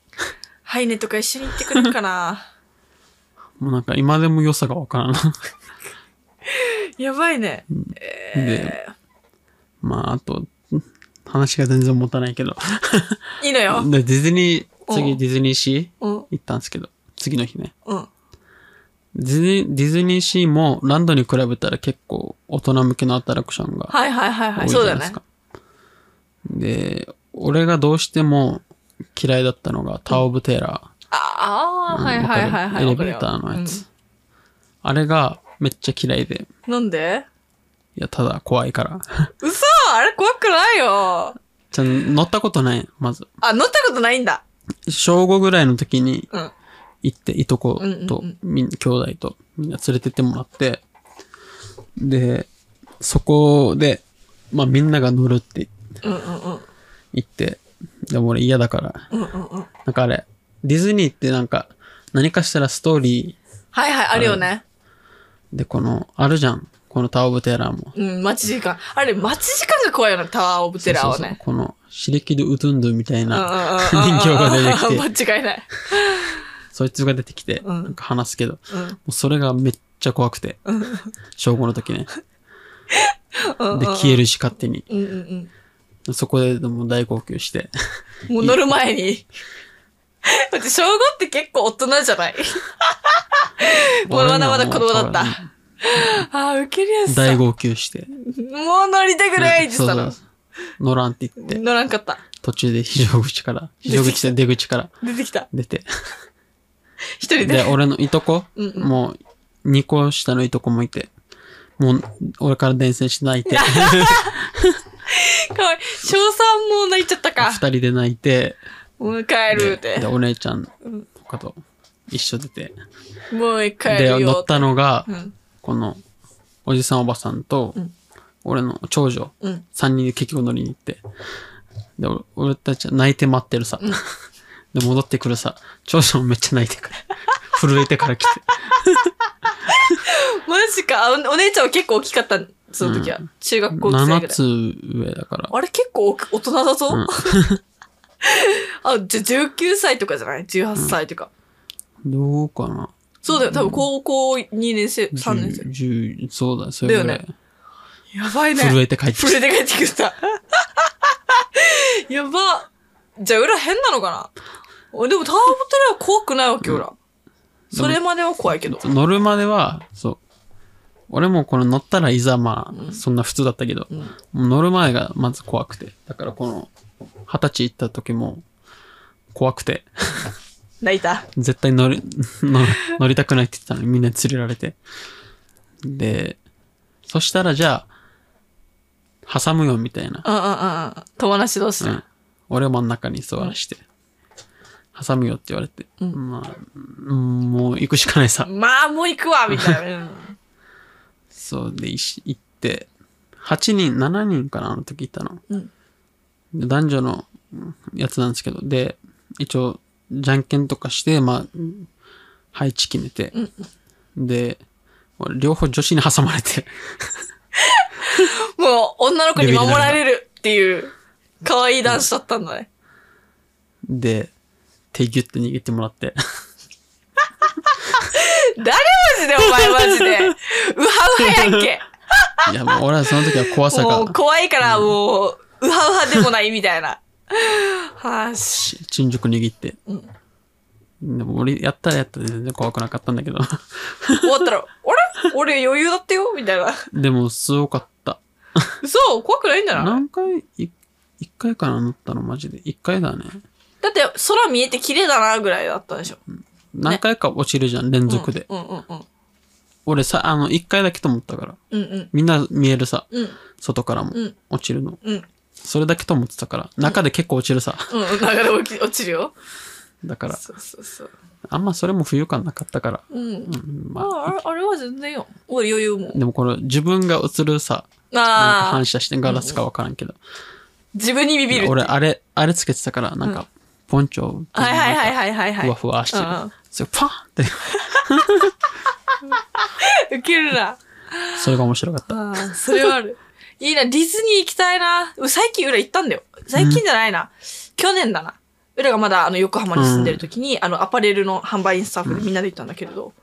Speaker 2: ハイネとか一緒に行ってくれる かな。
Speaker 1: もうなんか今でも良さがわからん。
Speaker 2: やばいね。
Speaker 1: で、まあ、あと、話が全然持たないけ ど。
Speaker 2: いいのよ。
Speaker 1: で、ディズニー、
Speaker 2: う
Speaker 1: 次
Speaker 2: ん
Speaker 1: ディズニーシー
Speaker 2: うん、
Speaker 1: 行ったんですけど、次の日ね。
Speaker 2: うん。
Speaker 1: ディズニーディズニーシーもランドに比べたら結構大人向けのアトラクションが
Speaker 2: はいはいはいは
Speaker 1: 多
Speaker 2: い。
Speaker 1: いじ
Speaker 2: そう
Speaker 1: ゃ
Speaker 2: だ
Speaker 1: ない
Speaker 2: よ
Speaker 1: で
Speaker 2: ね
Speaker 1: す。か。で、俺がどうしても嫌いだったのがタワーオブテーラ
Speaker 2: ああ
Speaker 1: ー。
Speaker 2: ー、はいはいはいはい。
Speaker 1: エレ
Speaker 2: わ
Speaker 1: ベ
Speaker 2: かるよ
Speaker 1: ーターのやつ。あれがめっちゃ嫌いで、
Speaker 2: うんなんで
Speaker 1: いや、ただ怖いから。
Speaker 2: 嘘あれ怖くないよ。
Speaker 1: じゃあ乗ったことない、まず。
Speaker 2: あ、乗ったことないんだ。
Speaker 1: 小5ぐらいの時に
Speaker 2: うん。
Speaker 1: 行って、いとこ
Speaker 2: うんうん
Speaker 1: と
Speaker 2: うん、
Speaker 1: みん、兄弟と、みんな連れてってもらって、で、そこで、まあみんなが乗るって
Speaker 2: うんうんうん。
Speaker 1: 言って、でも俺嫌だから、
Speaker 2: うんうんうん。
Speaker 1: なんかあれ、ディズニーってなんか、何かしたらストーリ
Speaker 2: はいはい、あるよね。
Speaker 1: ーでこの、あるじゃん。このタワーオブテラーも。
Speaker 2: うん、待ち時間。あれ、待ち時間が怖いよね、タワーオブテラーは
Speaker 1: そうそうそう
Speaker 2: ね。
Speaker 1: この、シリキドウトゥンドゥみたい
Speaker 2: うんう
Speaker 1: な、
Speaker 2: んうんうん
Speaker 1: 人形が出てきて
Speaker 2: うんうんうん 間違いない。
Speaker 1: そいつが出てきて、
Speaker 2: うん
Speaker 1: なんか話すけど、も
Speaker 2: うん。
Speaker 1: うそれがめっちゃ怖くて、
Speaker 2: うん
Speaker 1: 小5の時ね。
Speaker 2: うん
Speaker 1: で、消えるし勝手に。
Speaker 2: うんうん
Speaker 1: そこでもう大号泣して。
Speaker 2: うん。もう乗る前に。だって、小5って結構大人じ ゃない もうまだまだ子供だった。ああ、ウケるやつだ。
Speaker 1: 大
Speaker 2: も
Speaker 1: 号泣して。
Speaker 2: う乗りたくないって言ってた
Speaker 1: う
Speaker 2: の
Speaker 1: う。う乗らんって言って、
Speaker 2: 乗らんかった。
Speaker 1: 途中で非常口から、非常口で出口から
Speaker 2: 出てきた。
Speaker 1: 出て。
Speaker 2: 一人
Speaker 1: で、
Speaker 2: で。
Speaker 1: 俺のいとこ、
Speaker 2: うんうん
Speaker 1: もう、2個下のいとこもいて、もう、俺から伝染して泣いて、
Speaker 2: かわいい。小3も泣いちゃった か
Speaker 1: 二。人で泣いて、
Speaker 2: もう帰るっ
Speaker 1: で、
Speaker 2: て
Speaker 1: で。お姉ちゃんとかと一緒出て、
Speaker 2: もう帰
Speaker 1: で、
Speaker 2: る
Speaker 1: 乗
Speaker 2: よ
Speaker 1: っ。たのが、
Speaker 2: うん。
Speaker 1: この、おじさんおばさんと、
Speaker 2: ん
Speaker 1: 俺の長女、
Speaker 2: うん。
Speaker 1: 三人で結局乗りに行って。で、俺俺たちは泣いて待ってるさ。 で、戻ってくるさ。長女もめっちゃ泣いて くる。震えてから来て。
Speaker 2: マジか。あおお姉ちゃんは結構大きかった、その時は。中学校生ぐらい
Speaker 1: 7。つ上だから。
Speaker 2: あれ結構大き大人だぞ。
Speaker 1: うん
Speaker 2: あ、じゃ、19歳とかじゃない ?18 歳とか。
Speaker 1: どうかな。
Speaker 2: そうだよ。多分高校2年生、3年生。
Speaker 1: 10、10そうだ、それぐら
Speaker 2: だ
Speaker 1: い。
Speaker 2: よやばいね。
Speaker 1: 震えて帰ってき
Speaker 2: 震
Speaker 1: て。
Speaker 2: えて帰ってきた。 やば。じゃあ裏変なのかなあでもタワーボテラは怖くないわけ、裏。それまでは怖いけど。
Speaker 1: 乗るまでは、そう。俺もこの乗ったらいざまあ、そんな普通だったけど、もう乗る前がまず怖くて。だからこの、二十歳行った時も、怖くて。
Speaker 2: 泣いた。
Speaker 1: 絶対乗り、 乗乗りたくないって言ってたのにみんなに連れられて。で、そしたらじゃあ、挟むよみたいな。
Speaker 2: うんうんうんうん。友達同士
Speaker 1: う
Speaker 2: で。
Speaker 1: ん俺を真ん中に座らして、挟むよって言われて、
Speaker 2: うん
Speaker 1: まあ、うんもう行くしかないさ。
Speaker 2: まあ、もう行くわみたいな。 うん
Speaker 1: そうで、いし行って、8人、7人かな、あの時いたの。
Speaker 2: うん
Speaker 1: で男女のうんやつなんですけど、で、一応、じゃんけんとかして、まあ、配置決めて、で、俺両方女子に挟まれて、
Speaker 2: もう、女の子に守られるっていう、可愛い男子だったんだね。
Speaker 1: で、手ギュッと握ってもら って、
Speaker 2: 誰マジでお前マジで。うはうはやんけ。
Speaker 1: いや、もう俺はその時は怖さ
Speaker 2: もう
Speaker 1: が、
Speaker 2: 怖いからもう、うはうはでもないみたいな。はーし。
Speaker 1: し新宿握って。でも俺、やったらやったで全然怖くなかったんだけど。
Speaker 2: 終わったら、あれ俺余裕だったよみたいな。
Speaker 1: でも、すごかった。
Speaker 2: 嘘怖くないんだな。
Speaker 1: 何回、い一回かな、乗ったの、マジで。一回だね。
Speaker 2: だって、空見えて綺麗だなぐらいだったでしょ。
Speaker 1: 何回か落ちるじゃん、連続で。
Speaker 2: うんうんうん。
Speaker 1: 俺さ、あの、一回だけと思ったから。
Speaker 2: うんうん。
Speaker 1: みんな見えるさ、
Speaker 2: うん
Speaker 1: 外からも、
Speaker 2: ん
Speaker 1: 落ちるの。
Speaker 2: うん。
Speaker 1: それだけと思ってたから、中で結構落ちるさ。
Speaker 2: うん。流れ落ち落ちるよ。
Speaker 1: だから、
Speaker 2: そうそうそう。
Speaker 1: あんまそれも不愉快なかったから。
Speaker 2: うん。
Speaker 1: うんま
Speaker 2: ああれあれは全然よ。俺余裕も
Speaker 1: あ、。でもこの自分が映るさ、なんか
Speaker 2: ああ
Speaker 1: 反。射してガラスかわからんけど。
Speaker 2: 自分にビビる。
Speaker 1: 俺、あれ、あれつけてたから、なんか、ポンチョ、
Speaker 2: はいはいはいはいはい
Speaker 1: ふわ
Speaker 2: は
Speaker 1: ふわしてる
Speaker 2: うんうん。
Speaker 1: それパーンって、
Speaker 2: い。ウケるな。
Speaker 1: それが面白かった。
Speaker 2: ああ、それはある。 いいな、ディズニー行きたいな。う最近、裏行ったんだよ。最近じゃないな。去年だな。裏がまだ、あの、横浜に住んでる時に、あの、アパレルの販売員スタッフでみんなで行ったんだけれど、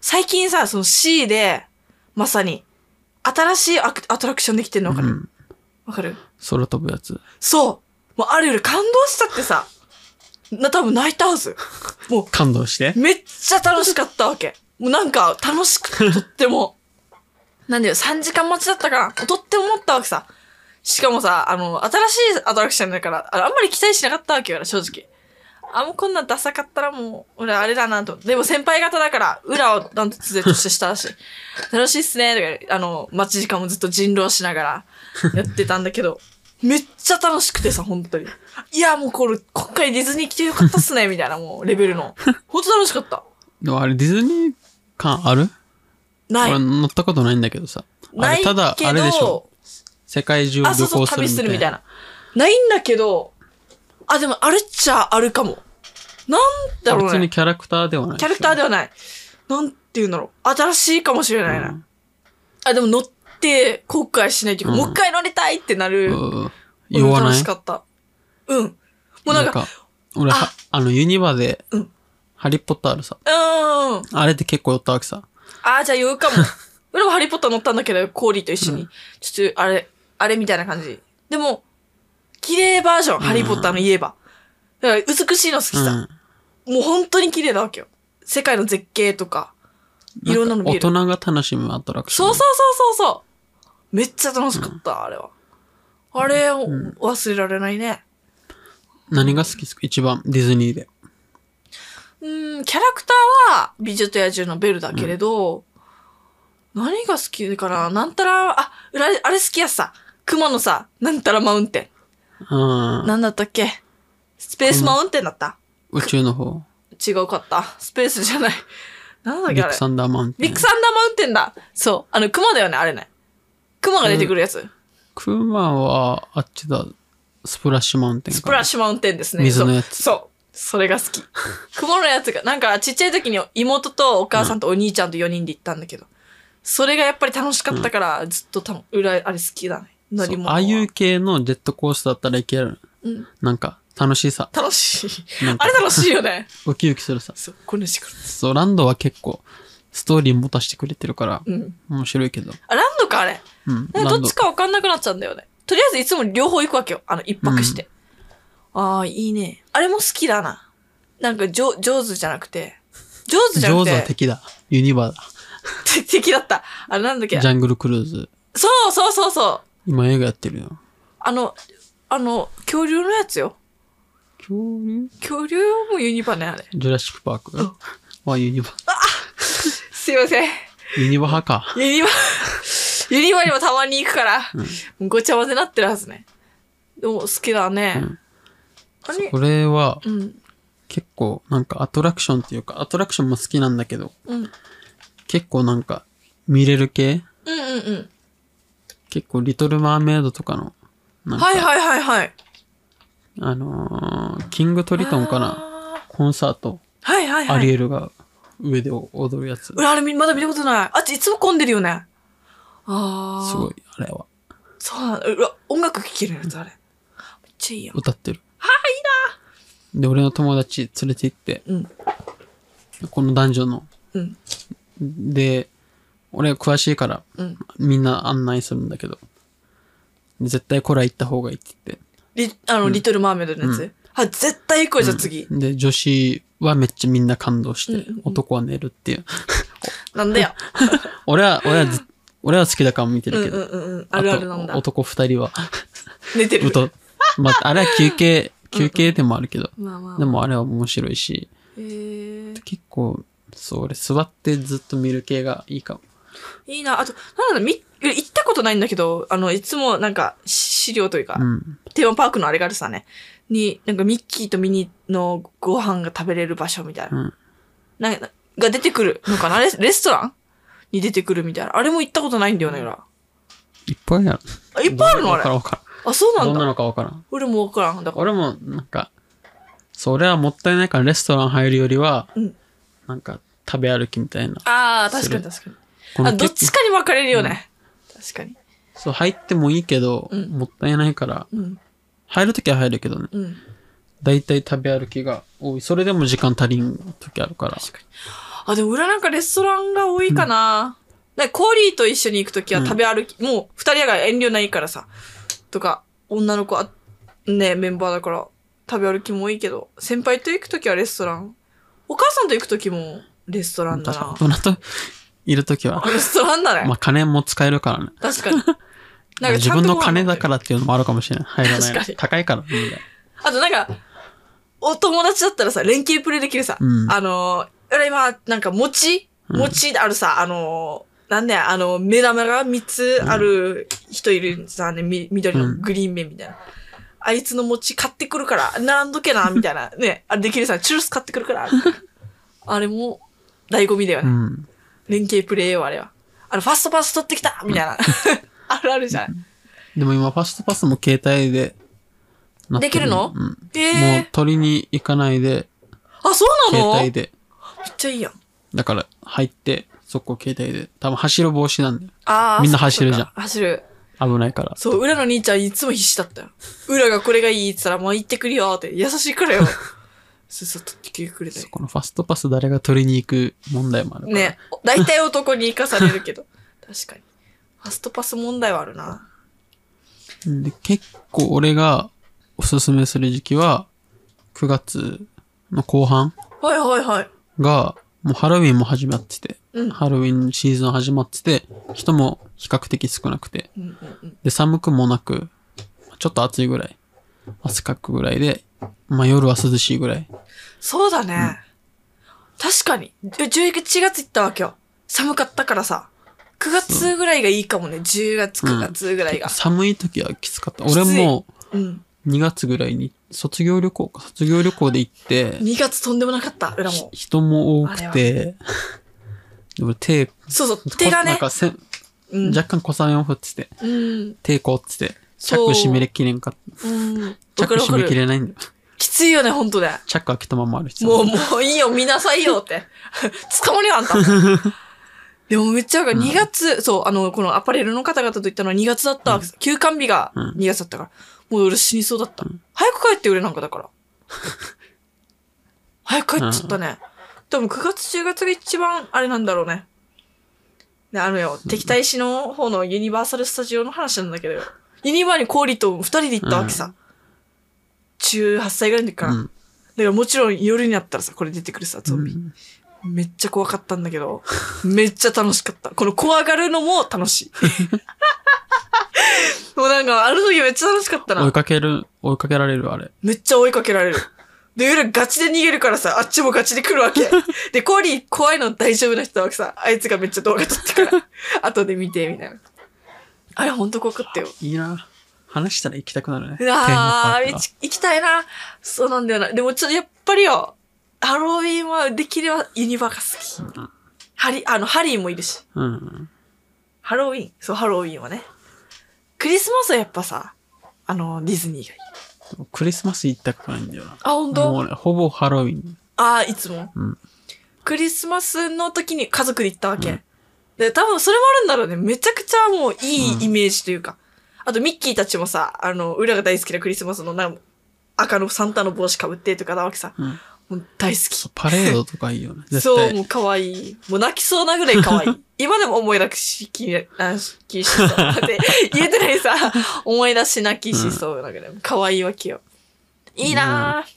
Speaker 2: 最近さ、その C で、まさに、新しいアクアトラクションできてるのわか
Speaker 1: う
Speaker 2: る
Speaker 1: ん。
Speaker 2: わかる
Speaker 1: 空飛ぶやつ。
Speaker 2: そうもうあるより感動しちゃってさ、な、多分泣いたはず。もう、
Speaker 1: 感動して。
Speaker 2: めっちゃ楽しかったわけ。もうなんか楽しくて、とっても。なんだよ、3時間待ちだったから、とっても思ったわけさ。しかもさ、あの、新しいアトラクションだから、ああんまり期待しなかったわけよな、正直。あ、もうこんなダサかったらもう、俺あれだなと。でも先輩方だから、裏をなんとつでとしてしたらしい。 楽しいっすね、とか言う、あの、待ち時間もずっと人狼しながらやってたんだけど、めっちゃ楽しくてさ、本当に。いや、もうこれ、今回ディズニー来てよかったっすね、みたいな、もう、レベルの。本当楽しかった。
Speaker 1: でもあれ、ディズニー感ある
Speaker 2: ない
Speaker 1: 俺。乗ったことないんだけどさ。あ
Speaker 2: な
Speaker 1: れ
Speaker 2: い
Speaker 1: ただ、
Speaker 2: け
Speaker 1: あれでしょ
Speaker 2: ど。、
Speaker 1: 世界中を
Speaker 2: あ、そう
Speaker 1: 旅
Speaker 2: そ
Speaker 1: 行
Speaker 2: う、旅
Speaker 1: す
Speaker 2: す
Speaker 1: る
Speaker 2: る
Speaker 1: み
Speaker 2: み
Speaker 1: た
Speaker 2: た
Speaker 1: い
Speaker 2: い
Speaker 1: な。
Speaker 2: な。ないんだけど、あ、でもあるっちゃあるかも。なんだろ
Speaker 1: 普
Speaker 2: う
Speaker 1: 通
Speaker 2: ね
Speaker 1: に。キャラクターではない。
Speaker 2: キャラクターではない。なんて言うんだろう。新しいかもしれないな。
Speaker 1: うんは
Speaker 2: あ、でも乗って後悔しないというか、
Speaker 1: うん
Speaker 2: もう一回乗りたいってなる。
Speaker 1: うん酔わ
Speaker 2: 楽
Speaker 1: ない
Speaker 2: しかった。うん。もうなんか、
Speaker 1: 俺は
Speaker 2: あ、
Speaker 1: あの、ユニバで
Speaker 2: うん、
Speaker 1: ハリーポッターあるさ。
Speaker 2: うーん。
Speaker 1: あれって結構酔ったわけさ。
Speaker 2: あー、じゃあ酔 うかも。俺もハリーポッター乗ったんだけど、コーリーと一緒に。ちょっと、あれ、あれみたいな感じ。でも、綺麗バージョン、ハリーポッターの言えば。だから、美しいの好き
Speaker 1: うん
Speaker 2: さ。もう本当に綺麗なわけよ。世界の絶景とか、いろんなの見
Speaker 1: 大
Speaker 2: える。
Speaker 1: 人が楽しむアトラクション。
Speaker 2: そうそうそうそうそう。めっちゃ楽しかった、あれは。あれ、忘れられないね。
Speaker 1: 何が好きですか一番、ディズニーで。
Speaker 2: うーん、キャラクターは、美女と野獣のベルだけれど、何が好きかななんたら、あ、あれあれ好きやさ。熊のさ、なんたらマウンテ
Speaker 1: うん
Speaker 2: ン。。なんだったっけスペースマウンテンだった
Speaker 1: 宇宙の方。
Speaker 2: 違うかった。スペースじゃない。なんだっ
Speaker 1: ビ
Speaker 2: けあ
Speaker 1: ッ
Speaker 2: れ
Speaker 1: グ。サンダーマウンテン。
Speaker 2: ビッグサンダーマウンテンだ。そう。あの、熊だよね、あれね。熊が出てくるやつ。
Speaker 1: クマは、あっちだ。スプラッシュマウンテンか。
Speaker 2: スプラッシュマウンテンですね。
Speaker 1: 水のやつ
Speaker 2: そう。そうそれが好 き。雲のやつが、なんかちっちゃい時に妹とお母さんとお兄ちゃんと4人で行ったんだけど、それがやっぱり楽しかったから、ずっとた裏、あれ好きだね。乗り
Speaker 1: そう
Speaker 2: 物は。
Speaker 1: ああいう系のジェットコースターだったらいける。
Speaker 2: うん
Speaker 1: なんか、楽しいさ。
Speaker 2: 楽しい
Speaker 1: なん。か
Speaker 2: あれ楽しい よね。
Speaker 1: ウキウキするさ。
Speaker 2: そう、これしてくる。
Speaker 1: そう、ランドは結構、ストーリー持たしてくれてるから、
Speaker 2: うん。
Speaker 1: 面白いけど。
Speaker 2: あ、ランドかあれ。
Speaker 1: うん。
Speaker 2: なんか
Speaker 1: ラ
Speaker 2: ど
Speaker 1: ン
Speaker 2: っ
Speaker 1: ド
Speaker 2: ちかわかんなくなっちゃうんだよね。とりあえずいつも両方行くわけよ。あの、一泊して。ああ、いいね。あれも好きだな。なんか、上上手じゃなくて。上手じ
Speaker 1: ジ
Speaker 2: ゃな
Speaker 1: ョ
Speaker 2: く
Speaker 1: ーズは
Speaker 2: て。
Speaker 1: 敵だ。ユニバだ。
Speaker 2: 敵だった。あれなんだっけ
Speaker 1: ジャングルクルーズ。
Speaker 2: そうそうそうそう。
Speaker 1: 今映画やってるよ。
Speaker 2: あの、あの、恐竜のやつよ。
Speaker 1: 恐竜
Speaker 2: 恐竜もユニバね、あれ。
Speaker 1: ジュラシックパークはユニバ。
Speaker 2: すいません。
Speaker 1: ユニバ派か。
Speaker 2: ユニバ、 ユニバにもたまに行くから、ごちゃ混ぜなってるはずね。でも好きだね。
Speaker 1: うん
Speaker 2: 当に
Speaker 1: こ。れは
Speaker 2: うん。
Speaker 1: 結構なんかアトラクションっていうか、アトラクションも好きなんだけど、
Speaker 2: うん。うん
Speaker 1: 結構なんか見れる系
Speaker 2: うんうん。
Speaker 1: 結構リトルマーメイドとかの、なんか、
Speaker 2: はいはいはいはい。
Speaker 1: あのーキングトリトンかな
Speaker 2: な。
Speaker 1: コンサート、
Speaker 2: はいはい
Speaker 1: ア
Speaker 2: は
Speaker 1: リ
Speaker 2: い。
Speaker 1: エルが上で踊るやつ
Speaker 2: う。わ、あれみまだ見たことない。あっちいつも混んでるよね。ああ。
Speaker 1: すごい、あれは。
Speaker 2: そうなんだ。うわ、音楽聴けるやつ、あれ。めっちゃいいやん。
Speaker 1: 歌ってる。はあ、いいなで、俺の友達連れて行って、
Speaker 2: うん。
Speaker 1: この男女の。
Speaker 2: うん。
Speaker 1: で、俺詳しいから、
Speaker 2: うん。
Speaker 1: みんな案内するんだけど、絶対コラ行った方がいいって言って。
Speaker 2: リあの、リトルマーメイドのやつ。あ、絶対行こうよじゃあ次。
Speaker 1: で、女子はめっちゃみんな感動して、
Speaker 2: うんうん
Speaker 1: 男は寝るっていう。
Speaker 2: なんだよ。
Speaker 1: 俺は、俺はず、俺は好きだから見て
Speaker 2: うん
Speaker 1: るけ
Speaker 2: うん
Speaker 1: ど。
Speaker 2: うんうん。あるあるなん
Speaker 1: と
Speaker 2: だ。
Speaker 1: 男二人は、
Speaker 2: 寝てる
Speaker 1: う。と、まあ、あれは休憩、休憩でもあるけど、
Speaker 2: まあまあ。
Speaker 1: で。もあれは面白いし、
Speaker 2: へえ。
Speaker 1: 結構、そう、俺座ってずっと見る系がいいかも。
Speaker 2: いいな。あと、なんだろう、み、行ったことないんだけど、あの、いつもなんか、資料というか、
Speaker 1: うん。
Speaker 2: テーマパークのあれがあるさね。に、なんかミッキーとミニーのご飯が食べれる場所みたいな。
Speaker 1: うん
Speaker 2: なんか、が出てくるのか なレスレストランに出てくるみたいな。あれも行ったことないんだよね、ら。
Speaker 1: いっぱいある。
Speaker 2: あ、いっぱいあるのあ
Speaker 1: わからん
Speaker 2: れ。
Speaker 1: わか
Speaker 2: あ、そう
Speaker 1: らん。ど
Speaker 2: なん
Speaker 1: んな
Speaker 2: だ。
Speaker 1: のかわからん。
Speaker 2: 俺もわからん。だから。
Speaker 1: 俺も、なんか、それはもったいないからレストラン入るよりは、
Speaker 2: うん
Speaker 1: なんか、食べ歩きみたいな。
Speaker 2: ああ、
Speaker 1: す
Speaker 2: 確か
Speaker 1: る
Speaker 2: に確かに。
Speaker 1: この
Speaker 2: あ、どっちかに分かれるよね。確かに。
Speaker 1: そう、入ってもいいけど、
Speaker 2: うん
Speaker 1: もったいないから、
Speaker 2: うん。
Speaker 1: 入るときは入るけどね。
Speaker 2: うん。
Speaker 1: だいたい食べ歩きが多い。それでも時間足りんときあるから。
Speaker 2: 確かに。あ、でも裏なんかレストランが多いかな。なんかコーリーと一緒に行くときは食べ歩き、もう二人だから遠慮ないからさ。とか、女の子あ、ね、メンバーだから食べ歩きもいいけど、先輩と行くときはレストラン。お母さんと行くときもレストランだ
Speaker 1: 確か
Speaker 2: な。
Speaker 1: に大人といるときは、
Speaker 2: レストランだね。
Speaker 1: まあ金も使えるからね。
Speaker 2: 確かに。なんかち
Speaker 1: 自
Speaker 2: ゃんと
Speaker 1: 分
Speaker 2: ご飯
Speaker 1: の金だ
Speaker 2: 持って
Speaker 1: か
Speaker 2: る。
Speaker 1: らっていうのもあるかもしれない。入らない
Speaker 2: 確かに
Speaker 1: の。高いから。みんな
Speaker 2: あとなんか、お友達だったらさ、連携プレイできるさ。
Speaker 1: うん
Speaker 2: あのー、俺今、なんか餅
Speaker 1: うん
Speaker 2: 餅あるさ、あのー、なんだよ、あの、目玉が3つある人いるさ、ね、み緑
Speaker 1: う
Speaker 2: の
Speaker 1: ん
Speaker 2: グリーン目みたいな。あいつの餅買ってくるから、なんど けな、みたいな。ね、あれできるさ、チュルス買ってくるから。あれも、醍醐味だよ
Speaker 1: う
Speaker 2: ね。
Speaker 1: ん。
Speaker 2: 連携プレイよ、あれは。あの、ファストパス取ってきたみ たいな。あるあるじゃん。
Speaker 1: でも今、ファストパスも携帯でなって、
Speaker 2: できるの
Speaker 1: うん。もう
Speaker 2: ええ
Speaker 1: 取りに行かないで、
Speaker 2: ー。あ、そうな
Speaker 1: 携
Speaker 2: のめ
Speaker 1: 帯
Speaker 2: っ
Speaker 1: で。
Speaker 2: ちゃいいやん。
Speaker 1: だから、入って、そこ携帯で。多分走る防止なんだよ。
Speaker 2: ああ。
Speaker 1: みんな走るじゃん
Speaker 2: そっかそっか走る。
Speaker 1: 危ないから。
Speaker 2: そう、裏の兄ちゃんいつも必死だったよ。裏がこれがいいって言ったら、もう行ってくるよって、優しいからよ。 そうそう、取ってきてくれたり
Speaker 1: そ。このファストパス誰が取りに行く問題もあるから。
Speaker 2: ね、大体男に生かされるけど。 確かに。ファストパス問題はあるな。
Speaker 1: で結構俺がおすすめする時期は、9月の後半
Speaker 2: はいはいはい。
Speaker 1: が、もうハロウィンも始まってて、
Speaker 2: うん。
Speaker 1: ハロウィンシーズン始まってて、人も比較的少なくて、
Speaker 2: うんうんうん。
Speaker 1: で、寒くもなく、ちょっと暑いぐらい、汗かくぐらいで、まあ夜は涼しいぐらい。
Speaker 2: そうだね。確かに。え11月行ったわけよ。寒かったからさ。9月ぐらいがいいかもね。10月、9月ぐらいが。
Speaker 1: 寒い時はきつかった。
Speaker 2: きつい
Speaker 1: 俺も
Speaker 2: うん。
Speaker 1: 2月ぐらいに卒業旅行か、卒業旅行で行って、
Speaker 2: 2月とんでもなかった、裏
Speaker 1: ひ
Speaker 2: も。
Speaker 1: 人も多くて、 で俺手、
Speaker 2: そうそう、手が
Speaker 1: こなん
Speaker 2: ね。
Speaker 1: かせん
Speaker 2: うん。
Speaker 1: 若干小雨を降ってて、
Speaker 2: うん。
Speaker 1: 抵抗っつって、チャッ
Speaker 2: そう
Speaker 1: ク閉めきれんかっ
Speaker 2: うん。わ
Speaker 1: チャッ
Speaker 2: か
Speaker 1: ク
Speaker 2: るわか
Speaker 1: 閉めき
Speaker 2: る。
Speaker 1: れないんだよ。
Speaker 2: きついよね、ほんとね。
Speaker 1: チャック開けたまま歩いてた。
Speaker 2: もう、もういいよ、見なさいよって。 捕まるよ、あんた。でもめっちゃわかる。2月、そう、あの、このアパレルの方々と言ったのは2月だったわけです。休館日が
Speaker 1: うん
Speaker 2: 2月だったから。もう俺死にそうだった。早く帰って、俺なんかだから。早く帰っちゃったね。多分9月、10月が一番、あれなんだろうね。ね、あのよ、敵対しの方のユニバーサル・スタジオの話なんだけどよ。ユニバーにコーリーと2人で行ったわけさ。18歳ぐらいの時から。
Speaker 1: うん
Speaker 2: だからもちろん夜になったらさ、これ出てくるさ、ゾンビ。
Speaker 1: うん
Speaker 2: めっちゃ怖かったんだけど、めっちゃ楽しかった。この怖がるのも楽し い。もうなんか、ある時めっちゃ楽しかった
Speaker 1: 追。
Speaker 2: ない
Speaker 1: かける、追いかけられる、あれ。
Speaker 2: めっちゃ追いかけられる。で、夜ガチで逃げるからさ、あっちもガチで来るわ け。で、コーリー怖いの大丈夫な人だわけさ、あいつがめっち ゃ動画撮ってから、後で見て、みたいな。あれほんと怖かったよ。
Speaker 1: いいな。話したら行きたくなるね。
Speaker 2: うわ
Speaker 1: テーマパー
Speaker 2: ー
Speaker 1: クが
Speaker 2: 行き行きたいな。そうなんだよな。でもちょっとやっぱりよ、ハロウィンはできればユニバが好き。ハリ、あの、ハリーもいるし。
Speaker 1: うん。
Speaker 2: ハロウィン。そう、ハロウィンはね。クリスマスはやっぱさ、あの、ディズニーがいい。
Speaker 1: クリスマス行ったくないんだよな。
Speaker 2: あ、本
Speaker 1: も
Speaker 2: 当
Speaker 1: うね、ほぼハロウィン。
Speaker 2: ああ、いつも、
Speaker 1: うん
Speaker 2: クリスマスの時に家族で行ったわけ。で、多分それもあるんだろうね。めちゃくちゃもういいイメージというか。あと、ミッキーたちもさ、あの、裏が大好きなクリスマスのなん赤のサンタの帽子かぶってとかなわけさ。
Speaker 1: うん
Speaker 2: もう大好き。
Speaker 1: パレードとかいいよ ね。絶
Speaker 2: そう、
Speaker 1: 対。
Speaker 2: もう可愛い。もう泣きそうなぐらい可愛 い。今でも思い出しき、あしきしそう。だ って言えてないさ、思い出し泣きしそうなぐらい。可愛いわけよ。いいなぁ。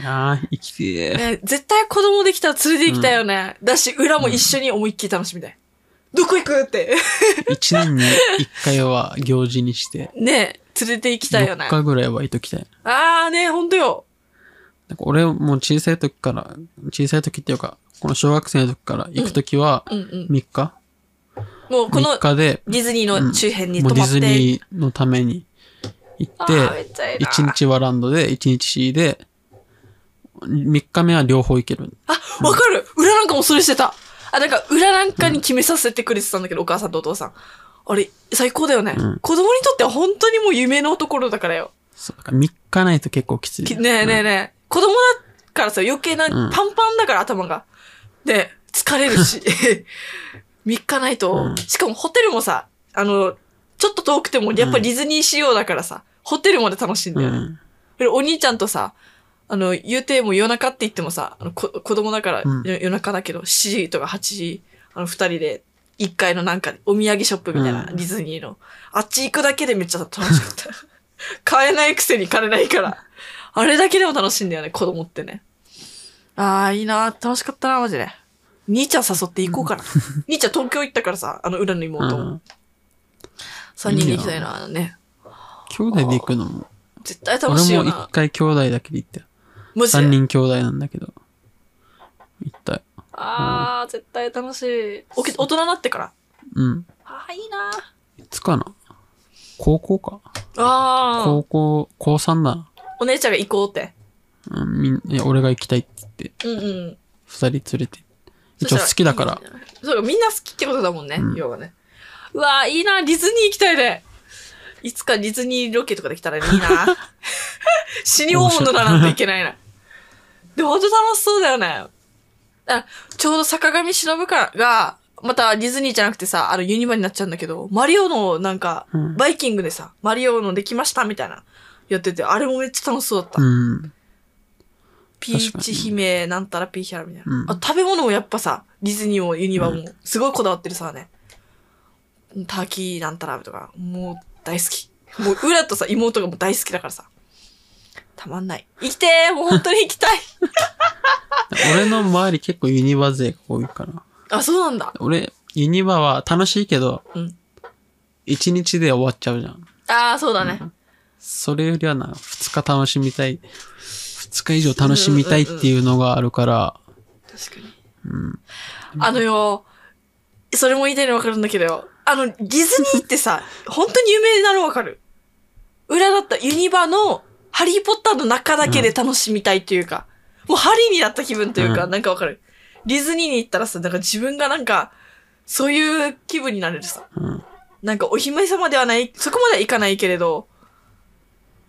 Speaker 1: いやー、生きてえ。
Speaker 2: ね、絶対子供できたら連れて行きたいよね。だし、裏も一緒に思いっきり楽しみたい。どこ行くって。
Speaker 1: 一年に一回は行事にして、
Speaker 2: ね連れて行きたいよね
Speaker 1: 4。日ぐらいは置いときたい。
Speaker 2: あーね、ほんとよ。
Speaker 1: なんか俺もう小さい時から、小さい時っていうか、この小学生の時から行く時は、
Speaker 2: うんうん。
Speaker 1: 3日、
Speaker 2: もうこの
Speaker 1: ?3 日で、
Speaker 2: ディズニーの周辺に
Speaker 1: もう
Speaker 2: 泊
Speaker 1: デ
Speaker 2: ま
Speaker 1: ィ
Speaker 2: って。
Speaker 1: ズニーのために行
Speaker 2: あ
Speaker 1: っ、
Speaker 2: ーめってちゃいいな。
Speaker 1: 1日はランドで、1日 C で、3日目は両方行ける。
Speaker 2: あ、わかる裏なんかもそれしてた。あ、なんか裏なんかに決めさせてくれてたんだけど、お母さんとお父さん。あれ、最高だよね。
Speaker 1: うん
Speaker 2: 子供にとっては本当にもう夢のところだからよ。
Speaker 1: そう、だから3日ないと結構きつい。
Speaker 2: きねえねえねえ。子供だからさ、余計な、
Speaker 1: うん
Speaker 2: パンパンだから頭が。で、疲れる し。3日ないと、
Speaker 1: うん
Speaker 2: しかもホテルもさ、あの、ちょっと遠くても、やっぱディズニー仕様だからさ、ホテルまで楽しいんだ
Speaker 1: う
Speaker 2: よね。
Speaker 1: ん。
Speaker 2: でお兄ちゃんとさ、あの、言うても夜中って言ってもさ、あのこ子供だから、
Speaker 1: うん
Speaker 2: よ夜中だけど、7時とか8時、あの、二人で、一階のなんか、お土産ショップみたいな、
Speaker 1: う
Speaker 2: デ
Speaker 1: ん
Speaker 2: ィズニーの。あっち行くだけでめっちゃ楽しかった。 買えないくせに買えないから。あれだけでも楽しいんだよね、子供ってね。ああ、いいな楽しかったな、マジで。兄ちゃん誘って行こう かな。兄ちゃん東京行ったからさ、あの、裏の
Speaker 1: う
Speaker 2: 妹も。
Speaker 1: ん。
Speaker 2: 三人で行きたいな、ね。
Speaker 1: 兄弟で行くのも、
Speaker 2: 絶対
Speaker 1: 俺
Speaker 2: 楽しいよ
Speaker 1: も一
Speaker 2: な。
Speaker 1: 回兄弟だけで行ったよ。
Speaker 2: マジ
Speaker 1: 三
Speaker 2: で。
Speaker 1: 人兄弟なんだけど。行ったよ。
Speaker 2: あー、絶対楽しい。おき大人になってから。
Speaker 1: うん。
Speaker 2: あー、いいない
Speaker 1: つかな高校か。
Speaker 2: あ
Speaker 1: 高校、高3だな。
Speaker 2: ー。お姉ちゃんが行こうって。
Speaker 1: うん、みんいや俺が行きたいって言って、
Speaker 2: うんうん。
Speaker 1: 二人連れて。一応好きだから。
Speaker 2: そうか、みんな好きってことだもんね、
Speaker 1: うん
Speaker 2: 要はね。うわー、いいなディズニー行きたいね。いつかディズニーロケとかできたらいいな 死に大物だなんていけないな。でも、ほんと楽しそうだよね。あちょうど坂上忍からが、またディズニーじゃなくてさ、あのユニバになっちゃうんだけど、マリオのなんか
Speaker 1: う、ん
Speaker 2: バイキングでさ、マリオのできましたみたいな、やってて、あれもめっちゃ楽しそうだった。
Speaker 1: うん。
Speaker 2: ピーチ姫、なんたらピーヒャラみたいな、
Speaker 1: うん
Speaker 2: あ。食べ物もやっぱさ、ディズニーもユニバも、すごいこだわってるさね。ターキーなんたらとか、もう大好き。もう、裏とさ、妹がもう大好きだからさ。たまんない。生きてーもう本当に行きたい
Speaker 1: 俺の周り結構ユニバ勢が多いから。
Speaker 2: あ、そうなんだ。
Speaker 1: 俺、ユニバは楽しいけど、
Speaker 2: うん
Speaker 1: 一日で終わっちゃうじゃん。
Speaker 2: ああ、そうだね。
Speaker 1: それよりはな、二日楽しみたい。二日以上楽しみたいっていうのがあるから、
Speaker 2: 確かに。あのよ、それも言いたいのわかるんだけどよ。あの、ディズニーってさ、 本当に有名なのわかる。裏だったユニバのハリーポッターの中だけで楽しみたいというか、もうハリーになった気分というか、
Speaker 1: うん
Speaker 2: なんかわかる。ディズニーに行ったらさ、なんか自分がなんか、そういう気分になれるさ。
Speaker 1: うん。
Speaker 2: なんかお姫様ではない、そこまではいかないけれど、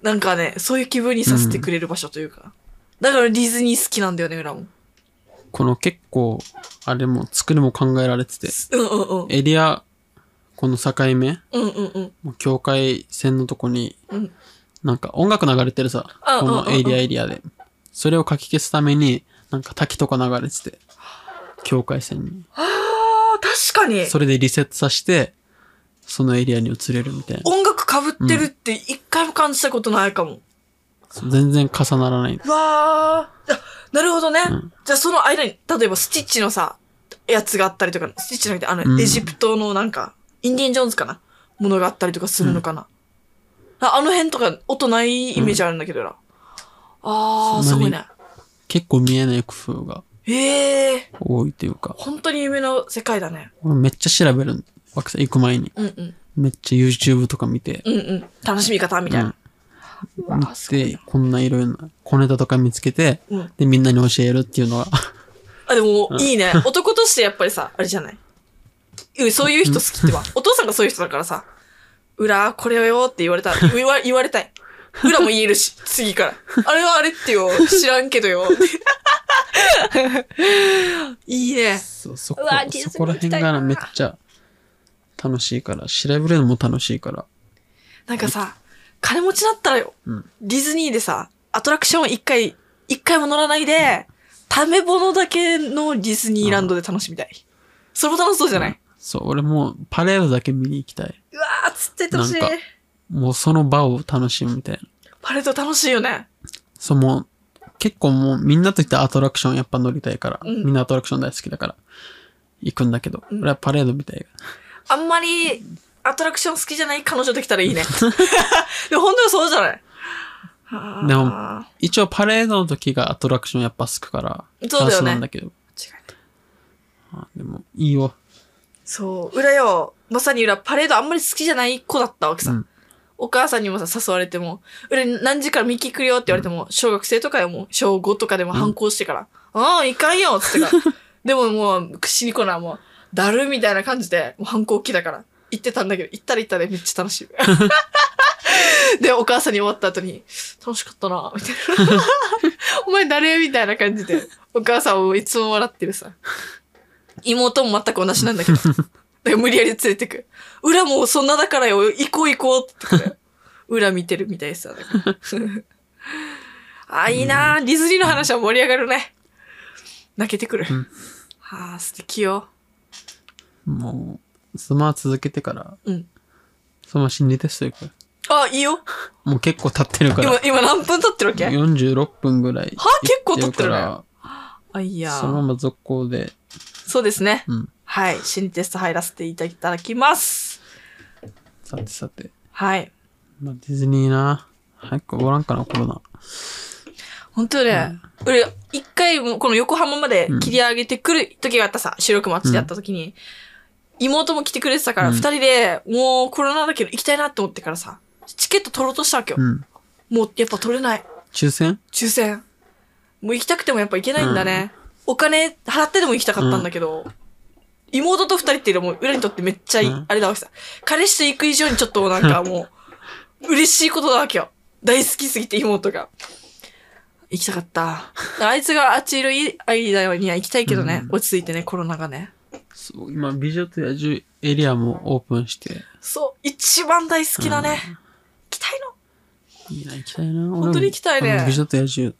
Speaker 2: なんかね、そういう気分にさせてくれる場所というか。だからディズニー好きなんだよね、裏も。
Speaker 1: この結構、あれも作りも考えられてて、
Speaker 2: うんうんうん。
Speaker 1: エリア、この境目、
Speaker 2: うんうんうん。
Speaker 1: もう境界線のとこに、
Speaker 2: うん
Speaker 1: なんか音楽流れてるさ、
Speaker 2: あ
Speaker 1: このエリ
Speaker 2: うんうんう
Speaker 1: ア
Speaker 2: ん
Speaker 1: エリアで。それをかき消すために、なんか滝とか流れてて、境界線に。
Speaker 2: ああ、確かに。
Speaker 1: それでリセットさせて、そのエリアに移れるみたいな。
Speaker 2: 音楽かぶってるって一回も感じたことないかも。
Speaker 1: 全然重ならない。
Speaker 2: わー。あ、なるほどね。
Speaker 1: うん
Speaker 2: じゃあその間に、例えばスティッチのさ、やつがあったりとか、スティッチじゃなくて、あの、
Speaker 1: うん
Speaker 2: エジプトのなんか、インディ・ン・ジョーンズかなものがあったりとかするのかな、ああの辺とか音ないイメージあるんだけどな。あー、す
Speaker 1: そんなに
Speaker 2: ごいね。
Speaker 1: 結構見えない工夫が
Speaker 2: ええー、
Speaker 1: 多いというか、
Speaker 2: 本当に夢の世界だね。
Speaker 1: 俺めっちゃ調べるの。惑星行く前に。
Speaker 2: うんうん。
Speaker 1: めっちゃ YouTube とか見て、
Speaker 2: うんうん。楽しみ方みたいな。う
Speaker 1: 見
Speaker 2: わすごい
Speaker 1: て、こんないろいろな小ネタとか見つけて、
Speaker 2: うん
Speaker 1: で、みんなに教えるっていうのが、
Speaker 2: あ、でも、いいね。男としてやっぱりさ、あれじゃない。うんそういう人好きってば。お父さんがそういう人だからさ、裏、これよって言われ たら、言わ言われたい。裏も言えるし、次から。あれはあれってよ、知らんけ どよ。いい ね。
Speaker 1: そうそこ
Speaker 2: うわディズニー
Speaker 1: そこら辺がなめ
Speaker 2: 行
Speaker 1: っ
Speaker 2: きたいな
Speaker 1: ちゃ楽しいから、調べるのも楽しいから。
Speaker 2: なんかさ、金持ちだったらよ、
Speaker 1: うん
Speaker 2: ディズニーでさ、アトラクション一回、一回も乗らないで、ため物だけのディズニーランドで楽しみたい。それも楽しそうじゃない、
Speaker 1: そう、俺もうパレードだけ見に行きたい。
Speaker 2: うわー、つって楽しい
Speaker 1: なん。かもうその場を楽しむみたいな。
Speaker 2: パレード楽しいよね。
Speaker 1: そう、もう、結構もうみんなと行ったらアトラクションやっぱ乗りたいから、
Speaker 2: うん
Speaker 1: みんなアトラクション大好きだから、行くんだけど、俺はパレードみたい
Speaker 2: あんまりアトラクション好きじゃない彼女できたらいい ね。でも本当にそうじゃないあー
Speaker 1: でも一応パレードの時がアトラクションやっぱ好くから、
Speaker 2: そう
Speaker 1: プラ
Speaker 2: だよね
Speaker 1: スなんだけど。
Speaker 2: 違えた
Speaker 1: あでも、いいよ。
Speaker 2: そう、裏よ、まさに裏、パレードあんまり好きじゃない子だったわけさ。
Speaker 1: うん
Speaker 2: お母さんにもさ、誘われても、裏に何時から見聞くよって言われても、小学生とかでも、小5とかでも反抗してから、ああ、いかんよっつって から。でももう、口にこな、もう、だるみたいな感じで、もう反抗期だから、行ってたんだけど、行ったら行ったでめっちゃ楽し い。で、お母さんに終わった後に、楽しかったな、みたい な。お前誰みたいな感じで、お母さんをいつも笑ってるさ。妹も全く同じなんだけど。だから無理やり連れてく。裏もうそんなだからよ、行こう行こうって言ってくる。 裏見てるみたいさ。だから あ、いいなぁディズニーの話は盛り上がるね。泣けてくる。
Speaker 1: ん
Speaker 2: はあ、素敵よ。
Speaker 1: もう、スマホ続けてから、
Speaker 2: うん。
Speaker 1: そのまま心理テスト行く。
Speaker 2: あ、いいよ。
Speaker 1: もう結構経ってるから。
Speaker 2: 今、今何分経ってるわけ
Speaker 1: 46分ぐらい。
Speaker 2: は結構経ってるね
Speaker 1: 行
Speaker 2: あ、
Speaker 1: か
Speaker 2: い
Speaker 1: ら
Speaker 2: や
Speaker 1: そのまま続行で。
Speaker 2: そうですね。
Speaker 1: うん。
Speaker 2: はい。心理テスト入らせていただきます。
Speaker 1: さてさて。
Speaker 2: はい。
Speaker 1: まあ、ディズニーな。早く終わらんかな、コロナ。
Speaker 2: 本当ね、俺、一回もこの横浜まで切り上げてくる時があったさ、収録待ちでやった時に、妹も来てくれてたから、
Speaker 1: うん
Speaker 2: 二、人で、もうコロナだけど行きたいなって思ってからさ、チケット取ろうとしたわけよ。
Speaker 1: うん。
Speaker 2: もうやっぱ取れない。
Speaker 1: 抽選
Speaker 2: 抽選。もう行きたくてもやっぱ行けないんだね。お金払ってでも行きたかったんだけど、妹と二人っていうのも裏にとってめっちゃいい
Speaker 1: うん
Speaker 2: あれだわけさ。彼氏と行く以上にちょっとなんかもう、嬉しいことだわけよ。大好きすぎて妹が。行きたかった。あいつがあっちいる間には行きたいけどね、落ち着いてね、コロナがね。
Speaker 1: そう、今、美女と野獣エリアもオープンして。
Speaker 2: そう、一番大好きだね。行きたいの
Speaker 1: いいな、行きたいな。俺も
Speaker 2: 本当に行きたいね
Speaker 1: あの美女と野獣、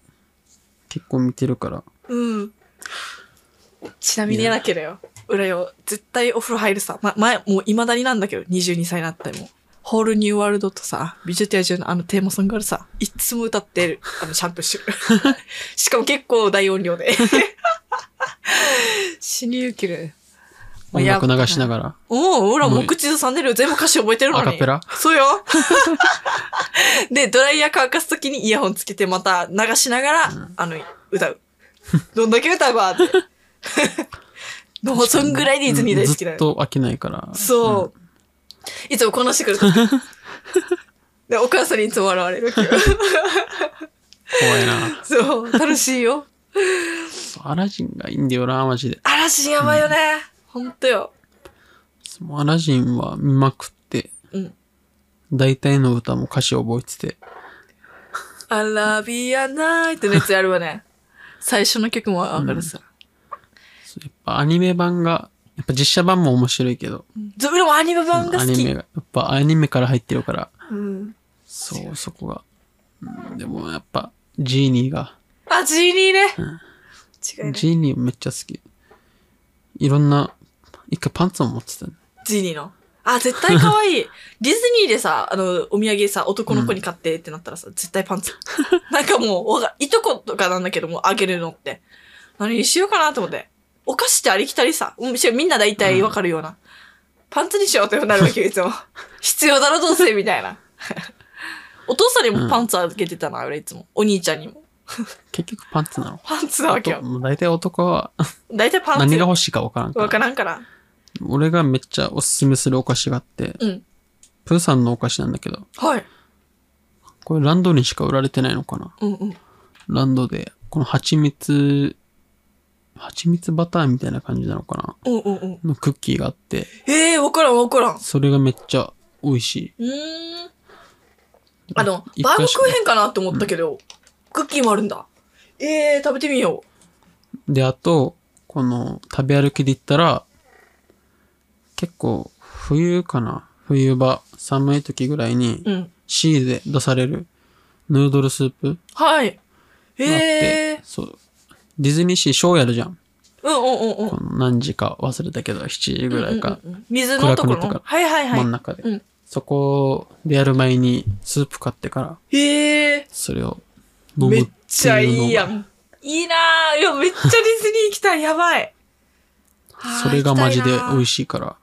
Speaker 1: 結構見てるから。
Speaker 2: うん。ちなみにやだけどよ。裏よ。絶対お風呂入るさ。ま、前、もう未だになんだけど、22歳になっても。ホールニューワールドとさ、美女と野獣のあのテーマソングあるさ、いつも歌ってる。あの、シャンプーしてる。しかも結構大音量で。 死にゆきる。
Speaker 1: 音楽流しなが
Speaker 2: ら。
Speaker 1: ら。
Speaker 2: おお、裏もう口ずさんでるよ。全部歌詞覚えてるのに。
Speaker 1: アカペラ
Speaker 2: そうよ。 で、ドライヤー乾かすときにイヤホンつけてまた流しながら、あの、歌う。どんだけ歌うばって。で もうそんぐらいでディズニー大好き
Speaker 1: う
Speaker 2: だ
Speaker 1: ん
Speaker 2: よ。
Speaker 1: ずっと飽きないから。
Speaker 2: そう。いつもこなしてくる。で、お母さんにいつも笑われる けど。
Speaker 1: 怖いな。
Speaker 2: そう、楽しいよ。
Speaker 1: そうアラジンがいいんだよな、マジで。
Speaker 2: 嵐やばいよね。ほんとよ。
Speaker 1: もうアラジンは見まくって、
Speaker 2: うん。
Speaker 1: 大体の歌も歌詞覚えてて。
Speaker 2: アラビアナイトのやつやるわね。最初の曲もわかるさ。
Speaker 1: そうやっぱアニメ版が、やっぱ実写版も面白いけど、
Speaker 2: ず俺もアニメ版が
Speaker 1: ア
Speaker 2: 好
Speaker 1: ニ
Speaker 2: き
Speaker 1: メ。が、やっぱアニメから入ってるから、
Speaker 2: うん。
Speaker 1: そう、そこが。うんでもやっぱ、ジーニーが、
Speaker 2: あ、ジーニーね。違いない。
Speaker 1: ジーニーめっちゃ好き。いろんな、一回パンツを持ってたね。
Speaker 2: ジーニーの。あ、絶対 可愛い。ディズニーでさ、あの、お土産さ、男の子に買ってってなったらさ、絶対パ ンツ。なんかもう、わがいとことかなんだけども、あげるのって。何にしようかなと思って。お菓子ってありきたりさ、うんむしろみんな大体わかるような。パンツにしようってなるわけよ、い つも。必要だろ、どうせ、みたいな。お父さんにもパンツあげてたな、俺いつも。お兄ちゃんにも。
Speaker 1: 結局パンツなの。
Speaker 2: パンツなわけよ。
Speaker 1: もう大体男は
Speaker 2: 大体パンツ。
Speaker 1: 何が欲しいかわからんか
Speaker 2: わ
Speaker 1: ら。
Speaker 2: からんから。
Speaker 1: 俺がめっちゃおすすめするお菓子があって、
Speaker 2: うん。
Speaker 1: プーさんのお菓子なんだけど、
Speaker 2: はい。
Speaker 1: これランドにしか売られてないのかな
Speaker 2: うんうん。
Speaker 1: ランドで、この蜂蜜、蜂蜜バターみたいな感じなのか
Speaker 2: うんうんうん。
Speaker 1: なのクッキーがあって、
Speaker 2: ええー、わからんわからん。う
Speaker 1: それがめっちゃ美味しい。
Speaker 2: ーん。あの、
Speaker 1: 一
Speaker 2: バーム
Speaker 1: 回しか
Speaker 2: クーヘンかなって思ったけど、クッキーもあるんだ。ええー、食べてみよ
Speaker 1: で、あと、この食べ歩きで言ったら、結構冬かな冬場、寒い時ぐらいに
Speaker 2: う。うん。
Speaker 1: C で出されるヌードルスープ
Speaker 2: はい。え
Speaker 1: があって、
Speaker 2: え
Speaker 1: そう。ディズニーシーショーやるじゃん。
Speaker 2: ー。うんうんうんう
Speaker 1: こ
Speaker 2: ん。
Speaker 1: の何時か忘れたけど、7時ぐらいか、
Speaker 2: うんうんうん。水のと
Speaker 1: 暗
Speaker 2: こ
Speaker 1: くなってか
Speaker 2: ろ。
Speaker 1: ら
Speaker 2: はいはいは
Speaker 1: 真ん
Speaker 2: い。
Speaker 1: 中で。
Speaker 2: うん
Speaker 1: そこでやる前にスープ買ってから、
Speaker 2: ええ
Speaker 1: それを
Speaker 2: ー。
Speaker 1: 飲む
Speaker 2: め
Speaker 1: っていうの
Speaker 2: っちゃいいやん。いいなぁ。いや、めっちゃディズニー行きたい。やばい。
Speaker 1: それがマジで美味
Speaker 2: しい
Speaker 1: しいから。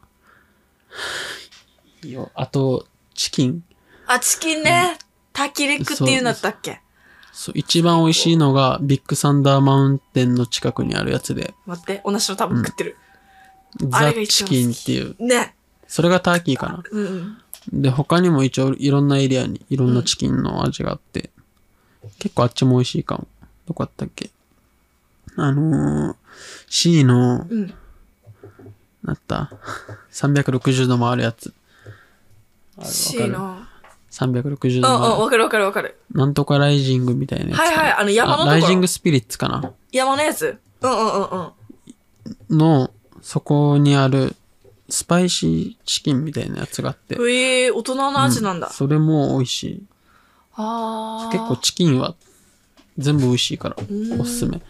Speaker 1: いいよ。あと、チキン。
Speaker 2: なぁ。あ、チキンね。滝レクっていうんだったっけ
Speaker 1: そう、一番美味しいのが、ビッグサンダーマウンテンの近くにあるやつで、
Speaker 2: 待って、同じの多分食ってる。
Speaker 1: ザ
Speaker 2: あれが・
Speaker 1: チ
Speaker 2: 一番好き
Speaker 1: キンっていう、
Speaker 2: ね。
Speaker 1: それがターキーかな。
Speaker 2: うんうん。
Speaker 1: で、他にも一応いろんなエリアにいろんなチキンの味があって、結構あっちも美味しいかも。どこだったっけあのー、C の、
Speaker 2: うん。
Speaker 1: なった、360度回るやつ。あれ
Speaker 2: C
Speaker 1: わかる
Speaker 2: の。
Speaker 1: 360
Speaker 2: うんう
Speaker 1: 度回る。
Speaker 2: ん、わかるわかるわかる。
Speaker 1: なんとかライジングみたいなやつかな。
Speaker 2: はいはい、あの山のとこ
Speaker 1: あ
Speaker 2: ろ。
Speaker 1: ライジングスピリッツかな。
Speaker 2: 山のやつ。うんうんうんうん。
Speaker 1: の、そこにある、スパイシーチキンみたいなやつがあって。
Speaker 2: うえー、大人の味なんだ。
Speaker 1: うそれも美味しい。
Speaker 2: ああ。
Speaker 1: 結構。チキンは全部美味しいから、おすすめ。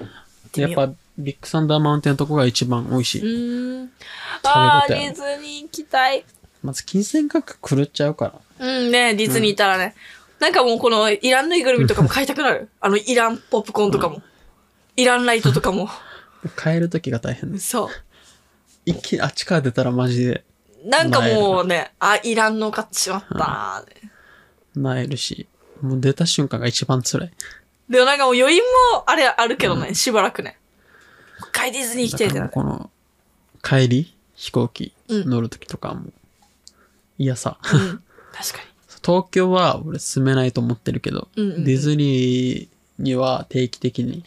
Speaker 1: でや
Speaker 2: や
Speaker 1: っ
Speaker 2: っ
Speaker 1: ぱ、ビッグサンダーマウンテンのとこが一番美味し
Speaker 2: う
Speaker 1: い。
Speaker 2: ーん。ああ、
Speaker 1: 食べ応えあ
Speaker 2: ディ
Speaker 1: る
Speaker 2: ズニー行きたい。
Speaker 1: まず金銭感覚狂っちゃうから。
Speaker 2: うんね、ディズニー行ったらね。なんかもうこの、イランぬいぐるみとかも買いたくなる。あの、イランポップコーンとかも。イランライトとかも。
Speaker 1: 帰るときが大変です。
Speaker 2: そ
Speaker 1: 一気にあっちから出たらマジで、
Speaker 2: う。なんかもうね、あ、イランの買っちまったなー、
Speaker 1: なえるし、もう出た瞬間が一番辛い。
Speaker 2: でもなんかもう余韻も、あれあるけどね、しばらくね。一回ディズニー行きたい
Speaker 1: だか
Speaker 2: ってな
Speaker 1: ら
Speaker 2: る。
Speaker 1: この、帰り、飛行機
Speaker 2: うん
Speaker 1: 乗るときとかも、嫌さ。
Speaker 2: うん。確か
Speaker 1: 東京は俺住めないと思ってるけど、
Speaker 2: うんうんうん
Speaker 1: ディズニーには定期的に
Speaker 2: に。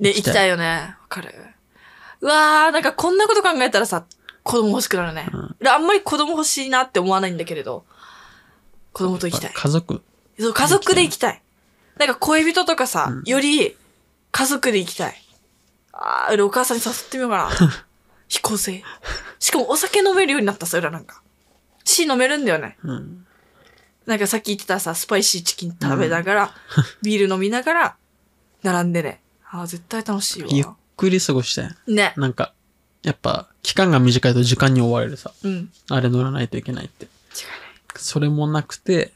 Speaker 2: ね、
Speaker 1: 行
Speaker 2: 行
Speaker 1: き
Speaker 2: き
Speaker 1: たい
Speaker 2: たいよね。わかる。うわー、なんかこんなこと考えたらさ、子供欲しくなるね。俺あんまり子供欲しいなって思わないんだけれど、子供と行きたい。
Speaker 1: 家族
Speaker 2: そう、家族で行きたい。なんか恋人とかさ、より家族で行きたい。あー、俺お母さんに誘ってみようか な。飛行船。しかもお酒飲めるようになったさ、裏なんか。血飲めるんだよね。
Speaker 1: うん
Speaker 2: なんかさっき言ってたさ、スパイシーチキン食べながら、ビール飲みながら、並んでね。ああ、絶対楽しい
Speaker 1: ゆっ
Speaker 2: わ。
Speaker 1: くり過ごしたい
Speaker 2: ね。
Speaker 1: なんかやっぱ期間が短いと時間に追われるさ
Speaker 2: うん。違いない。
Speaker 1: あれ乗らないといけないってそれもなくて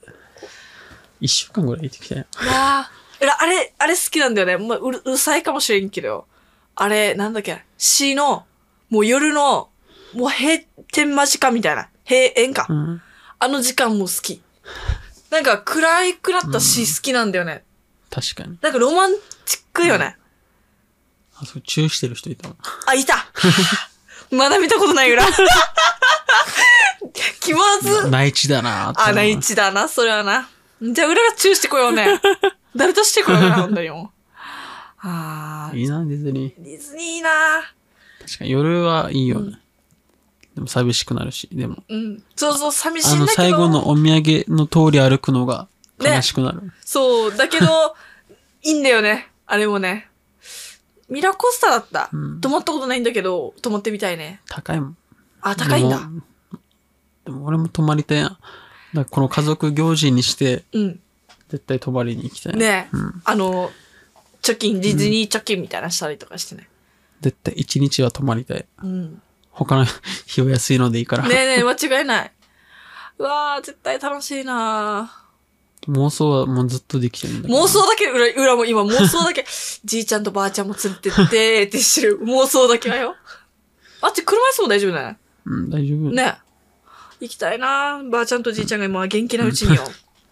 Speaker 1: 1週間ぐらい行ってきたよ
Speaker 2: いやー、俺あれ、あれ好きなんだよね。もう、うる、うるさいかもしれんけど。あれ、なんだっけ。C の、もう夜の、もう閉店間近みたいな。閉園か。
Speaker 1: うん
Speaker 2: あの時間も好き。なんか暗いくなったし好きなんだよね。
Speaker 1: 確かに
Speaker 2: なんかロマンチックよね。
Speaker 1: あそこチューしてる人いたもん
Speaker 2: あ、いた まだ見たことない裏。 気まずっ
Speaker 1: 内地だなーって
Speaker 2: あ、内地だな、それはな。じゃあ、裏がチューしてこよう ね。誰としてこようかな、本当にもう。あー
Speaker 1: いいなディズニー
Speaker 2: ディズニーいいな
Speaker 1: 確かに夜はいいよね、でも寂しくなるしでも
Speaker 2: うん。そうそう、寂し
Speaker 1: あ
Speaker 2: いんだ
Speaker 1: の
Speaker 2: けど。
Speaker 1: 最後のお土産の通り歩くのが悲しくなる、
Speaker 2: そう、だけど、 いいんだよね。あれもね。ミラコスタだった。
Speaker 1: うん
Speaker 2: 泊まったことないんだけど、泊まってみたいね。
Speaker 1: 高いもん
Speaker 2: あ、高いんだ。
Speaker 1: でもでも俺も泊まりたいな。だからこの家族行事にして、
Speaker 2: うん。
Speaker 1: 絶対泊まりに行きたいな。
Speaker 2: ね、
Speaker 1: うん
Speaker 2: あの、貯金、ディズニー貯金みたいなのしたりとかしてね。
Speaker 1: 絶対一日は泊まりたい。
Speaker 2: うん。
Speaker 1: 他の 日は安いのでいいから。
Speaker 2: ねえ ねえ、間違いない。うわー、絶対楽しいな
Speaker 1: 妄想はもうずっとできてるんだけど。
Speaker 2: 妄想だけ、裏、裏も今妄想 だけ、じいちゃんとばあちゃんも連れてって、ってしてる。妄想だけはよ。あっち車椅子も大丈夫だね。
Speaker 1: うん、大丈夫。
Speaker 2: ね行きたいなばあちゃんとじいちゃんが今元気なうちによ。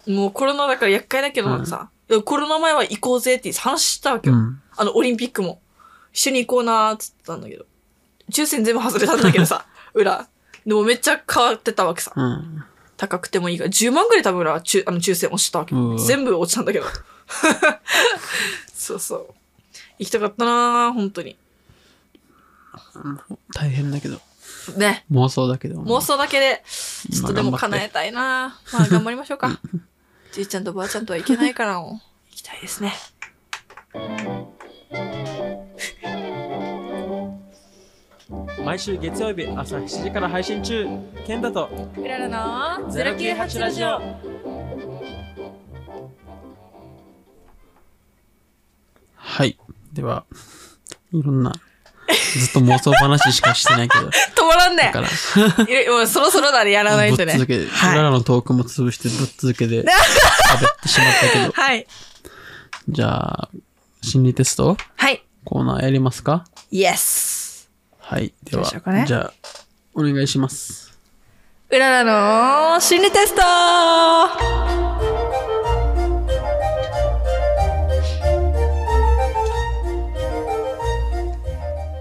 Speaker 2: もうコロナだから厄介だけどさ、コロナ前は行こうぜって話したわけ
Speaker 1: う
Speaker 2: よ。
Speaker 1: ん。
Speaker 2: あの、オリンピックも。一緒に行こうなーっつったんだけど。抽選全部外れたんだけどさ、裏。でもめっちゃ変わってたわけさ。
Speaker 1: うん。
Speaker 2: 高くてもいいから、10万ぐらい多分俺中あの抽選をしたわけ
Speaker 1: うわ。
Speaker 2: 全部落ちたんだけど。 そうそう。行きたかったなぁ、本当に。
Speaker 1: 大変だけど。
Speaker 2: ね。
Speaker 1: 妄想だけど。
Speaker 2: 妄想だけで、ちょっとでも叶えたいなぁ。まあ頑張りましょうか。 じいちゃんとばあちゃんとは行けないからもう、行きたいですね。
Speaker 1: 毎週月曜日朝7時から配信中。ケンタと
Speaker 2: うららの
Speaker 1: はい。では、いろんな、ずっと妄想話しかしてないけ ど、
Speaker 2: 止まらん
Speaker 1: だ
Speaker 2: ね
Speaker 1: から、
Speaker 2: いやもうそろそろだね、やらない
Speaker 1: ぶっ
Speaker 2: とね。
Speaker 1: 続けて、
Speaker 2: はい
Speaker 1: 俺らのトークも潰してぶっ続け で喋ってしまったけど、
Speaker 2: はい。
Speaker 1: じゃあ、心理テスト
Speaker 2: はい。
Speaker 1: コーナーやりますか
Speaker 2: イエス。
Speaker 1: はい。で
Speaker 2: どう
Speaker 1: は
Speaker 2: しようか、ね
Speaker 1: じゃあ、お願いします。
Speaker 2: うららの心理テストは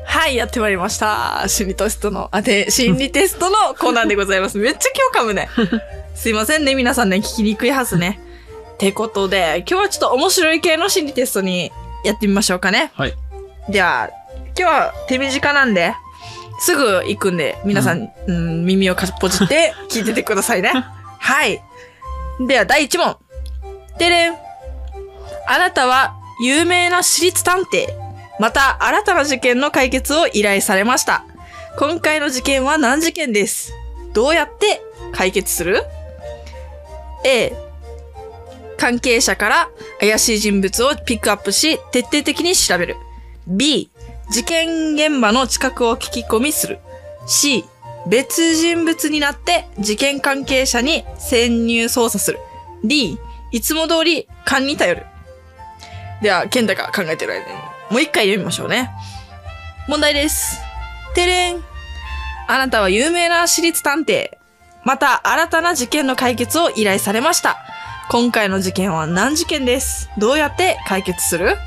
Speaker 2: はい、やってまいりました。心理テストの、あ、で、心理テストのコーナーでございます。めっちゃ今日噛むね。すいませんね、皆さんね、聞きにくいはずね。ってことで、今日はちょっと面白い系の心理テストにやってみましょうかね。
Speaker 1: はい。
Speaker 2: では、今日は手短なんで、すぐ行くんで、皆さん、うん耳をかっぽじって聞いててください ね。はい。では、第1問。てれん。あなたは有名な私立探偵、また新たな事件の解決を依頼されました。今回の事件は何事件です。どうやって解決する ?A、関係者から怪しい人物をピックアップし、徹底的に調べる。B、事件現場の近くを聞き込みする。C、別人物になって事件関係者に潜入捜査する。D、いつも通り勘に頼る。では、健太が考えてる間に、もう一回読みましょうね。問題です。てれん。あなたは有名な私立探偵。また、新たな事件の解決を依頼されました。今回の事件は何事件です。どうやって解決する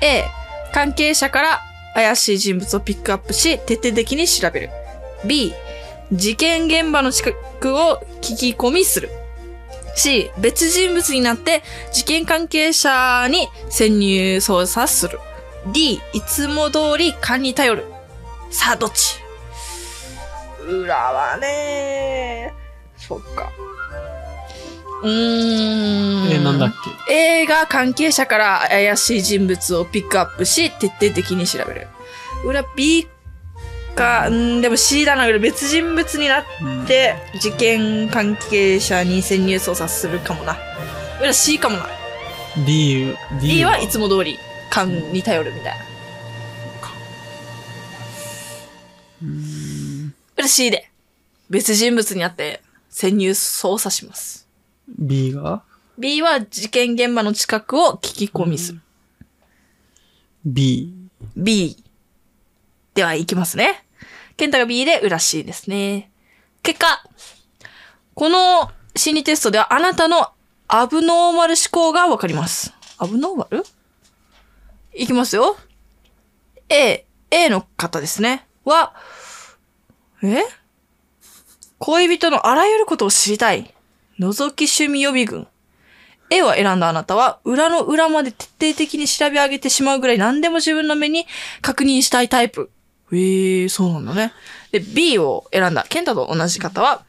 Speaker 2: ?A、関係者から怪しい人物をピックアップし、徹底的に調べる。B、事件現場の近くを聞き込みする。C、別人物になって事件関係者に潜入捜査する。D、いつも通り勘に頼る。さあ、どっち裏はねそっか。うーん。
Speaker 1: えー、なんだっけ
Speaker 2: A が関係者から怪しい人物をピックアップし、徹底的に調べる。裏 B か、うんでも C だな、裏別人物になっ
Speaker 1: うん
Speaker 2: て、事件関係者に潜入捜査するかもな。裏 C かもな。
Speaker 1: D、D
Speaker 2: D はいつも通り、勘に頼るみたいな。裏 C で、別人物になって潜入捜査します。
Speaker 1: B が
Speaker 2: B は事件現場の近くを聞き込みする。
Speaker 1: B。
Speaker 2: B。では、いきますね。健太が B で、裏 C ですね。結果、この心理テストでは、あなたのアブノーマル思考がわかります。アブノーマルいきますよ。A、A の方ですね。は、え恋人のあらゆることを知りたい。覗き趣味予備軍。A を選んだあなたは、裏の裏まで徹底的に調べ上げてしまうぐらい何でも自分の目に確認したいタイプ。へえー、そうなんだね。で、B を選んだ、ケンタと同じ方は、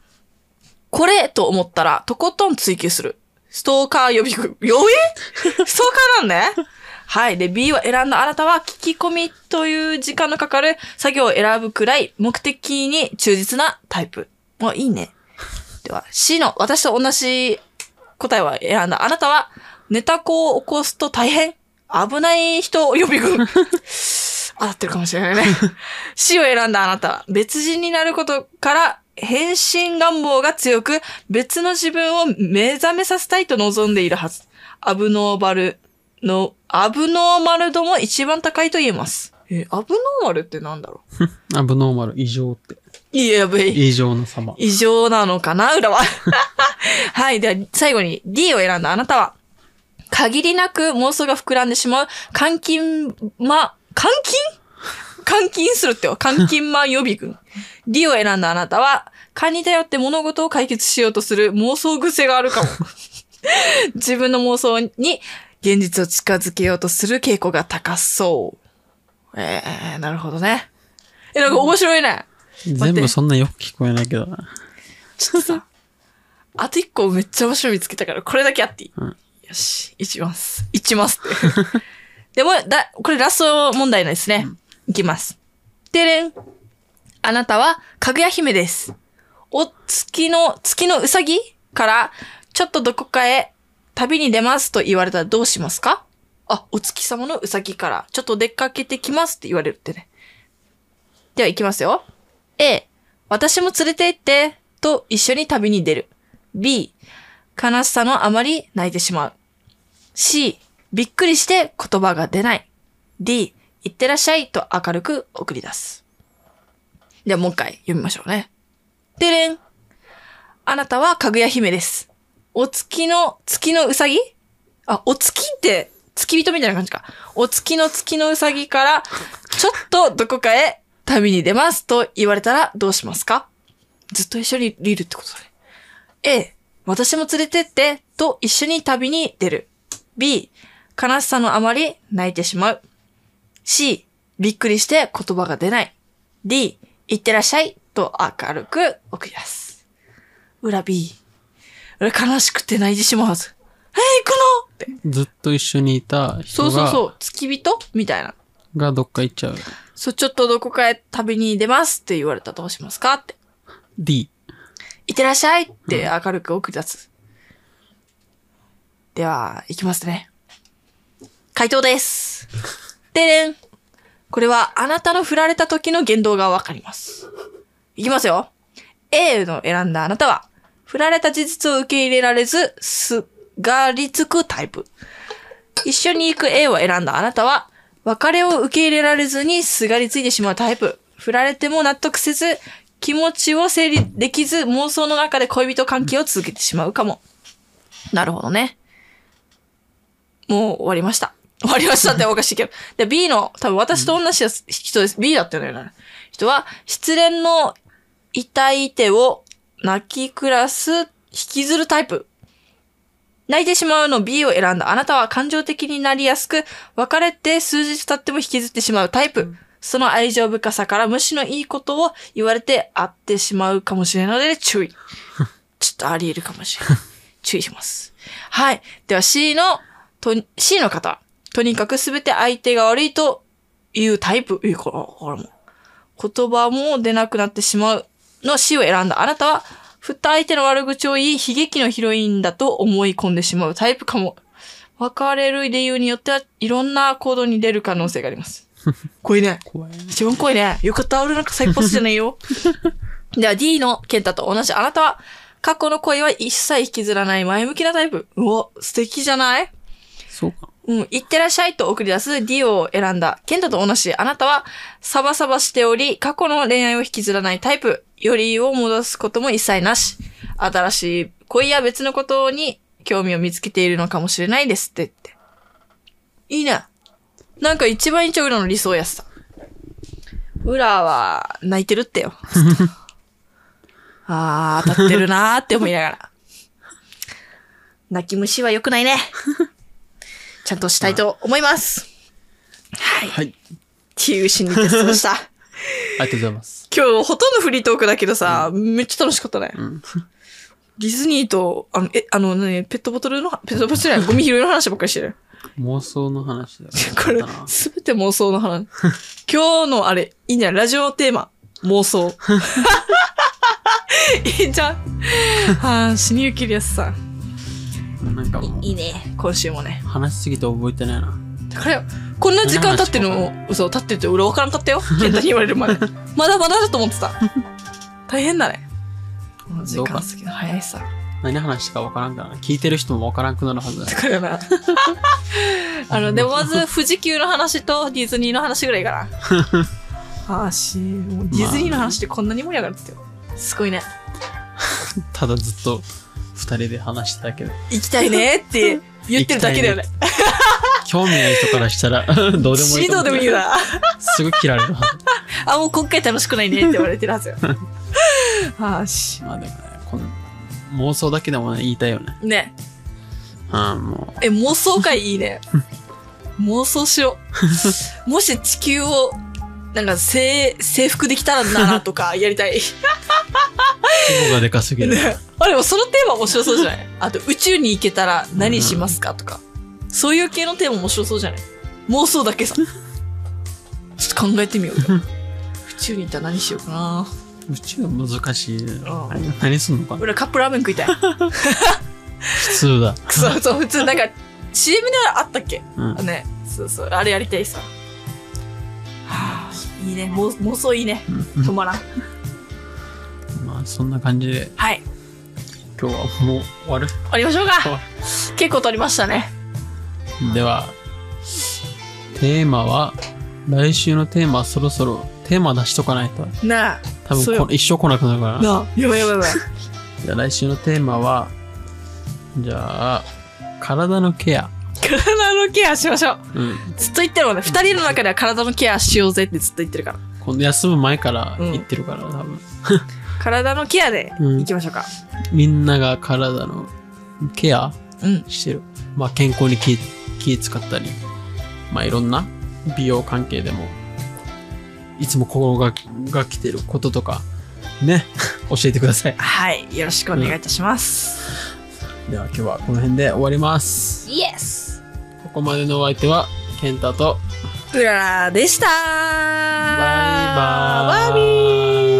Speaker 2: これと思ったら、とことん追求する。ストーカー予備軍。予備 ストーカーなんねはい。で、B を選んだあなたは、聞き込みという時間のかかる作業を選ぶくらい、目的に忠実なタイプ。もういいね。では、C の、私と同じ答えは選んだあなたは、ネタ子を起こすと大変危ない人予備軍。 当たってるかもしれないね。死を選んだあなたは、別人になることから、変身願望が強く、別の自分を目覚めさせたいと望んでいるはず。アブノーバルの、アブノーマル度も一番高いと言えます。え、アブノーマルってなんだろう
Speaker 1: アブノーマル、異常って。
Speaker 2: いや、やべえ。
Speaker 1: 異常の様。
Speaker 2: 異常なのかな 裏は。はい。では、最後に D を選んだあなたは、限りなく妄想が膨らんでしまう、監禁、ま、監禁監禁するってよ。監禁マン予備軍。D を選んだあなたは、蚊に頼って物事を解決しようとする妄想癖があるかも。 自分の妄想に現実を近づけようとする傾向が高そう。えー、なるほどね。え、なんか面白いね。
Speaker 1: 全部そんなよく聞こえないけどな。
Speaker 2: ちょ っとさ、あと一個めっちゃ面白い見つけたから、これだけあっていい、
Speaker 1: うん
Speaker 2: よし、いきます。いきますって。 でも、だ、これラスト問題なんですね。いきます。てれん。あなたは、かぐや姫です。お月の、月のうさぎから、ちょっとどこかへ旅に出ますと言われたらどうしますかあ、お月様のうさぎから、ちょっと出かけてきますって言われるってね。では、いきますよ。A、私も連れて行って、と一緒に旅に出る。B、悲しさのあまり泣いてしまう。C、びっくりして言葉が出ない。D、いってらっしゃいと明るく送り出す。ではもう一回読みましょうね。てれん。あなたはかぐや姫です。お月の、月のうさぎあ、お月って、月人みたいな感じか。お月の月のうさぎから、ちょっとどこかへ旅に出ますと言われたらどうしますかずっと一緒にいるってことだね。A、私も連れてって、と一緒に旅に出る。B、悲しさのあまり泣いてしまう。C、びっくりして言葉が出ない。D、いってらっしゃい、と明るく送り出す。裏 B。俺悲しくて泣いてしまうはず。えー、行くのって。
Speaker 1: ずっと一緒にいた人
Speaker 2: そう
Speaker 1: が
Speaker 2: そうそう。付き人みたいな。
Speaker 1: がどっか行っちゃう。
Speaker 2: そう、ちょっとどこかへ旅に出ますって言われたらどうしますかって。
Speaker 1: D。
Speaker 2: いってらっしゃいって明るく送り出す。では、いきますね。回答です。でれん。これはあなたの振られた時の言動がわかります。いきますよ。A の選んだあなたは、振られた事実を受け入れられず、すがりつくタイプ。一緒に行く A を選んだあなたは、別れを受け入れられずにすがりついてしまうタイプ。振られても納得せず、気持ちを整理できず、妄想の中で恋人関係を続けてしまうかも。なるほどね。もう終わりました。終わりましたっておかしいけど。で、B の、多分私と同じやつ人です。B だったよね。人は、失恋の痛い手を泣き暮らす、引きずるタイプ。泣いてしまうの B を選んだあなたは感情的になりやすく、別れて数日経っても引きずってしまうタイプ。その愛情深さから無視のいいことを言われて会ってしまうかもしれないので注意。ちょっとあり得るかもしれない。注意します。はい。では C の、と C の方。とにかくすべて相手が悪いというタイプ。いうここれも。言葉も出なくなってしまうの C を選んだあなたは、振った相手の悪口を言い、悲劇のヒロインだと思い込んでしまうタイプかも。別れる理由によってはいろんな行動に出る可能性があります。これね。
Speaker 1: 怖いね。
Speaker 2: 一番濃いね。よかった。俺なんか最高じゃないよ。では D の健太と同じあなたは、過去の恋は一切引きずらない前向きなタイプ。うお、素敵じゃない
Speaker 1: そうか。
Speaker 2: うん、いってらっしゃいと送り出す D を選んだ。ケンタと同じ。あなたは、サバサバしており、過去の恋愛を引きずらないタイプ。よりを戻すことも一切なし。新しい恋や別のことに興味を見つけているのかもしれないですって言って。いいね。なんか一番一応裏の理想やさ。裏は、泣いてるってよ。 ずっとあー、当たってるなーって思いながら。泣き虫は良くないね。ちゃんとしたいと思います。はい。
Speaker 1: はい。
Speaker 2: っていう心理テストでした。
Speaker 1: ありがとうございます。
Speaker 2: 今日ほとんどフリートークだけどさ、めっちゃ楽しかったね。
Speaker 1: ん
Speaker 2: ディズニーと、あの、え、あのね、ペットボトルの、ペットボトルじゃない、ゴミ拾いの話ばっかりしてる。
Speaker 1: 妄想の話だ
Speaker 2: これ
Speaker 1: よかった、な
Speaker 2: すべて妄想の話。今日のあれ、いいんじゃないラジオテーマ、妄想。 いいんじゃんはあ、死にゆきりやすさん。
Speaker 1: なんかもう
Speaker 2: いいね。今週もね。
Speaker 1: 話しすぎて覚えてないな。
Speaker 2: だからよ、こんな時間経ってるの、嘘、経ってるって俺わからんかっ たよ。健太に言われるまで。まだまだだと思ってた。大変だね。この時間過ぎるの早いさ。
Speaker 1: 何話したかわからんからな。聞いてる人もわからんくなるはずだ。
Speaker 2: だからな。あの、でもまず富士急の話とディズニーの話ぐらいか な。あーし、もうディズニーの話ってこんなに盛り上がるってよ。すごいね。
Speaker 1: ただずっと二人で話してたけど。
Speaker 2: 行きたいね って言ってるだけだよね。
Speaker 1: 興味ない人からした ら、どうでもいい
Speaker 2: シー
Speaker 1: と思
Speaker 2: ド
Speaker 1: う。
Speaker 2: でもいいよな。
Speaker 1: すぐ切られるはず。
Speaker 2: あ、もう今回楽しくないねって言われてるはずよ。はーし。
Speaker 1: まあでもね、こん妄想だけでもね、言いたいよね。
Speaker 2: ね。
Speaker 1: ああ、も
Speaker 2: え、妄想会いいね。妄想しよう。もし地球を、なんか、征、征服できたらなとか、やりたい。
Speaker 1: う、規模がでかすぎる。
Speaker 2: ねあ、でもそのテーマ面白そうじゃないあと、宇宙に行けたら何しますかとか。そういう系のテーマ面白そうじゃない妄想だけさ。ちょっと考えてみようよ。宇宙に行ったら何しようかな。
Speaker 1: 宇宙は難しいね。
Speaker 2: ん
Speaker 1: あれ何すんのかな
Speaker 2: 俺はカップラーメン食いたい。
Speaker 1: 普通だ。
Speaker 2: くそ、そう、普通、なんか、CM であったっけ
Speaker 1: うん
Speaker 2: あ。ね、そうそう、あれやりたいさ。はあ、いいね、妄妄想いいね。止まらん。
Speaker 1: まあ、そんな感じで、
Speaker 2: はい、
Speaker 1: 今日はもう終わる。
Speaker 2: 終わりましょうか。結構撮りましたね。
Speaker 1: では、テーマは、来週のテーマはそろそろテーマ出しとかないと。
Speaker 2: なあ、
Speaker 1: 多
Speaker 2: そう
Speaker 1: 分
Speaker 2: よ
Speaker 1: こ一生来なくなるから。
Speaker 2: なあ、やばいやばいやばい。
Speaker 1: じゃあ来週のテーマは、じゃあ、体のケア。
Speaker 2: 体のケアしましょう。
Speaker 1: うん。
Speaker 2: ずっと言ってるもんね。二人の中では体のケアしようぜってずっと言ってるから。
Speaker 1: 今度休む前から
Speaker 2: うん
Speaker 1: 言ってるから、多分。
Speaker 2: 体のケアで
Speaker 1: うん
Speaker 2: 行きましょうか。
Speaker 1: みんなが体のケア
Speaker 2: うん。
Speaker 1: してる。まあ健康に気気使ったり、まあいろんな美容関係でも、いつも心がが来てることとか、ね、 教えてください。
Speaker 2: はい、よろしくお願いいたします。
Speaker 1: では今日はこの辺で終わります。
Speaker 2: イエス
Speaker 1: ここまでのお相手は、健太と、
Speaker 2: うららでしたバ
Speaker 1: バイバーイ。
Speaker 2: バービー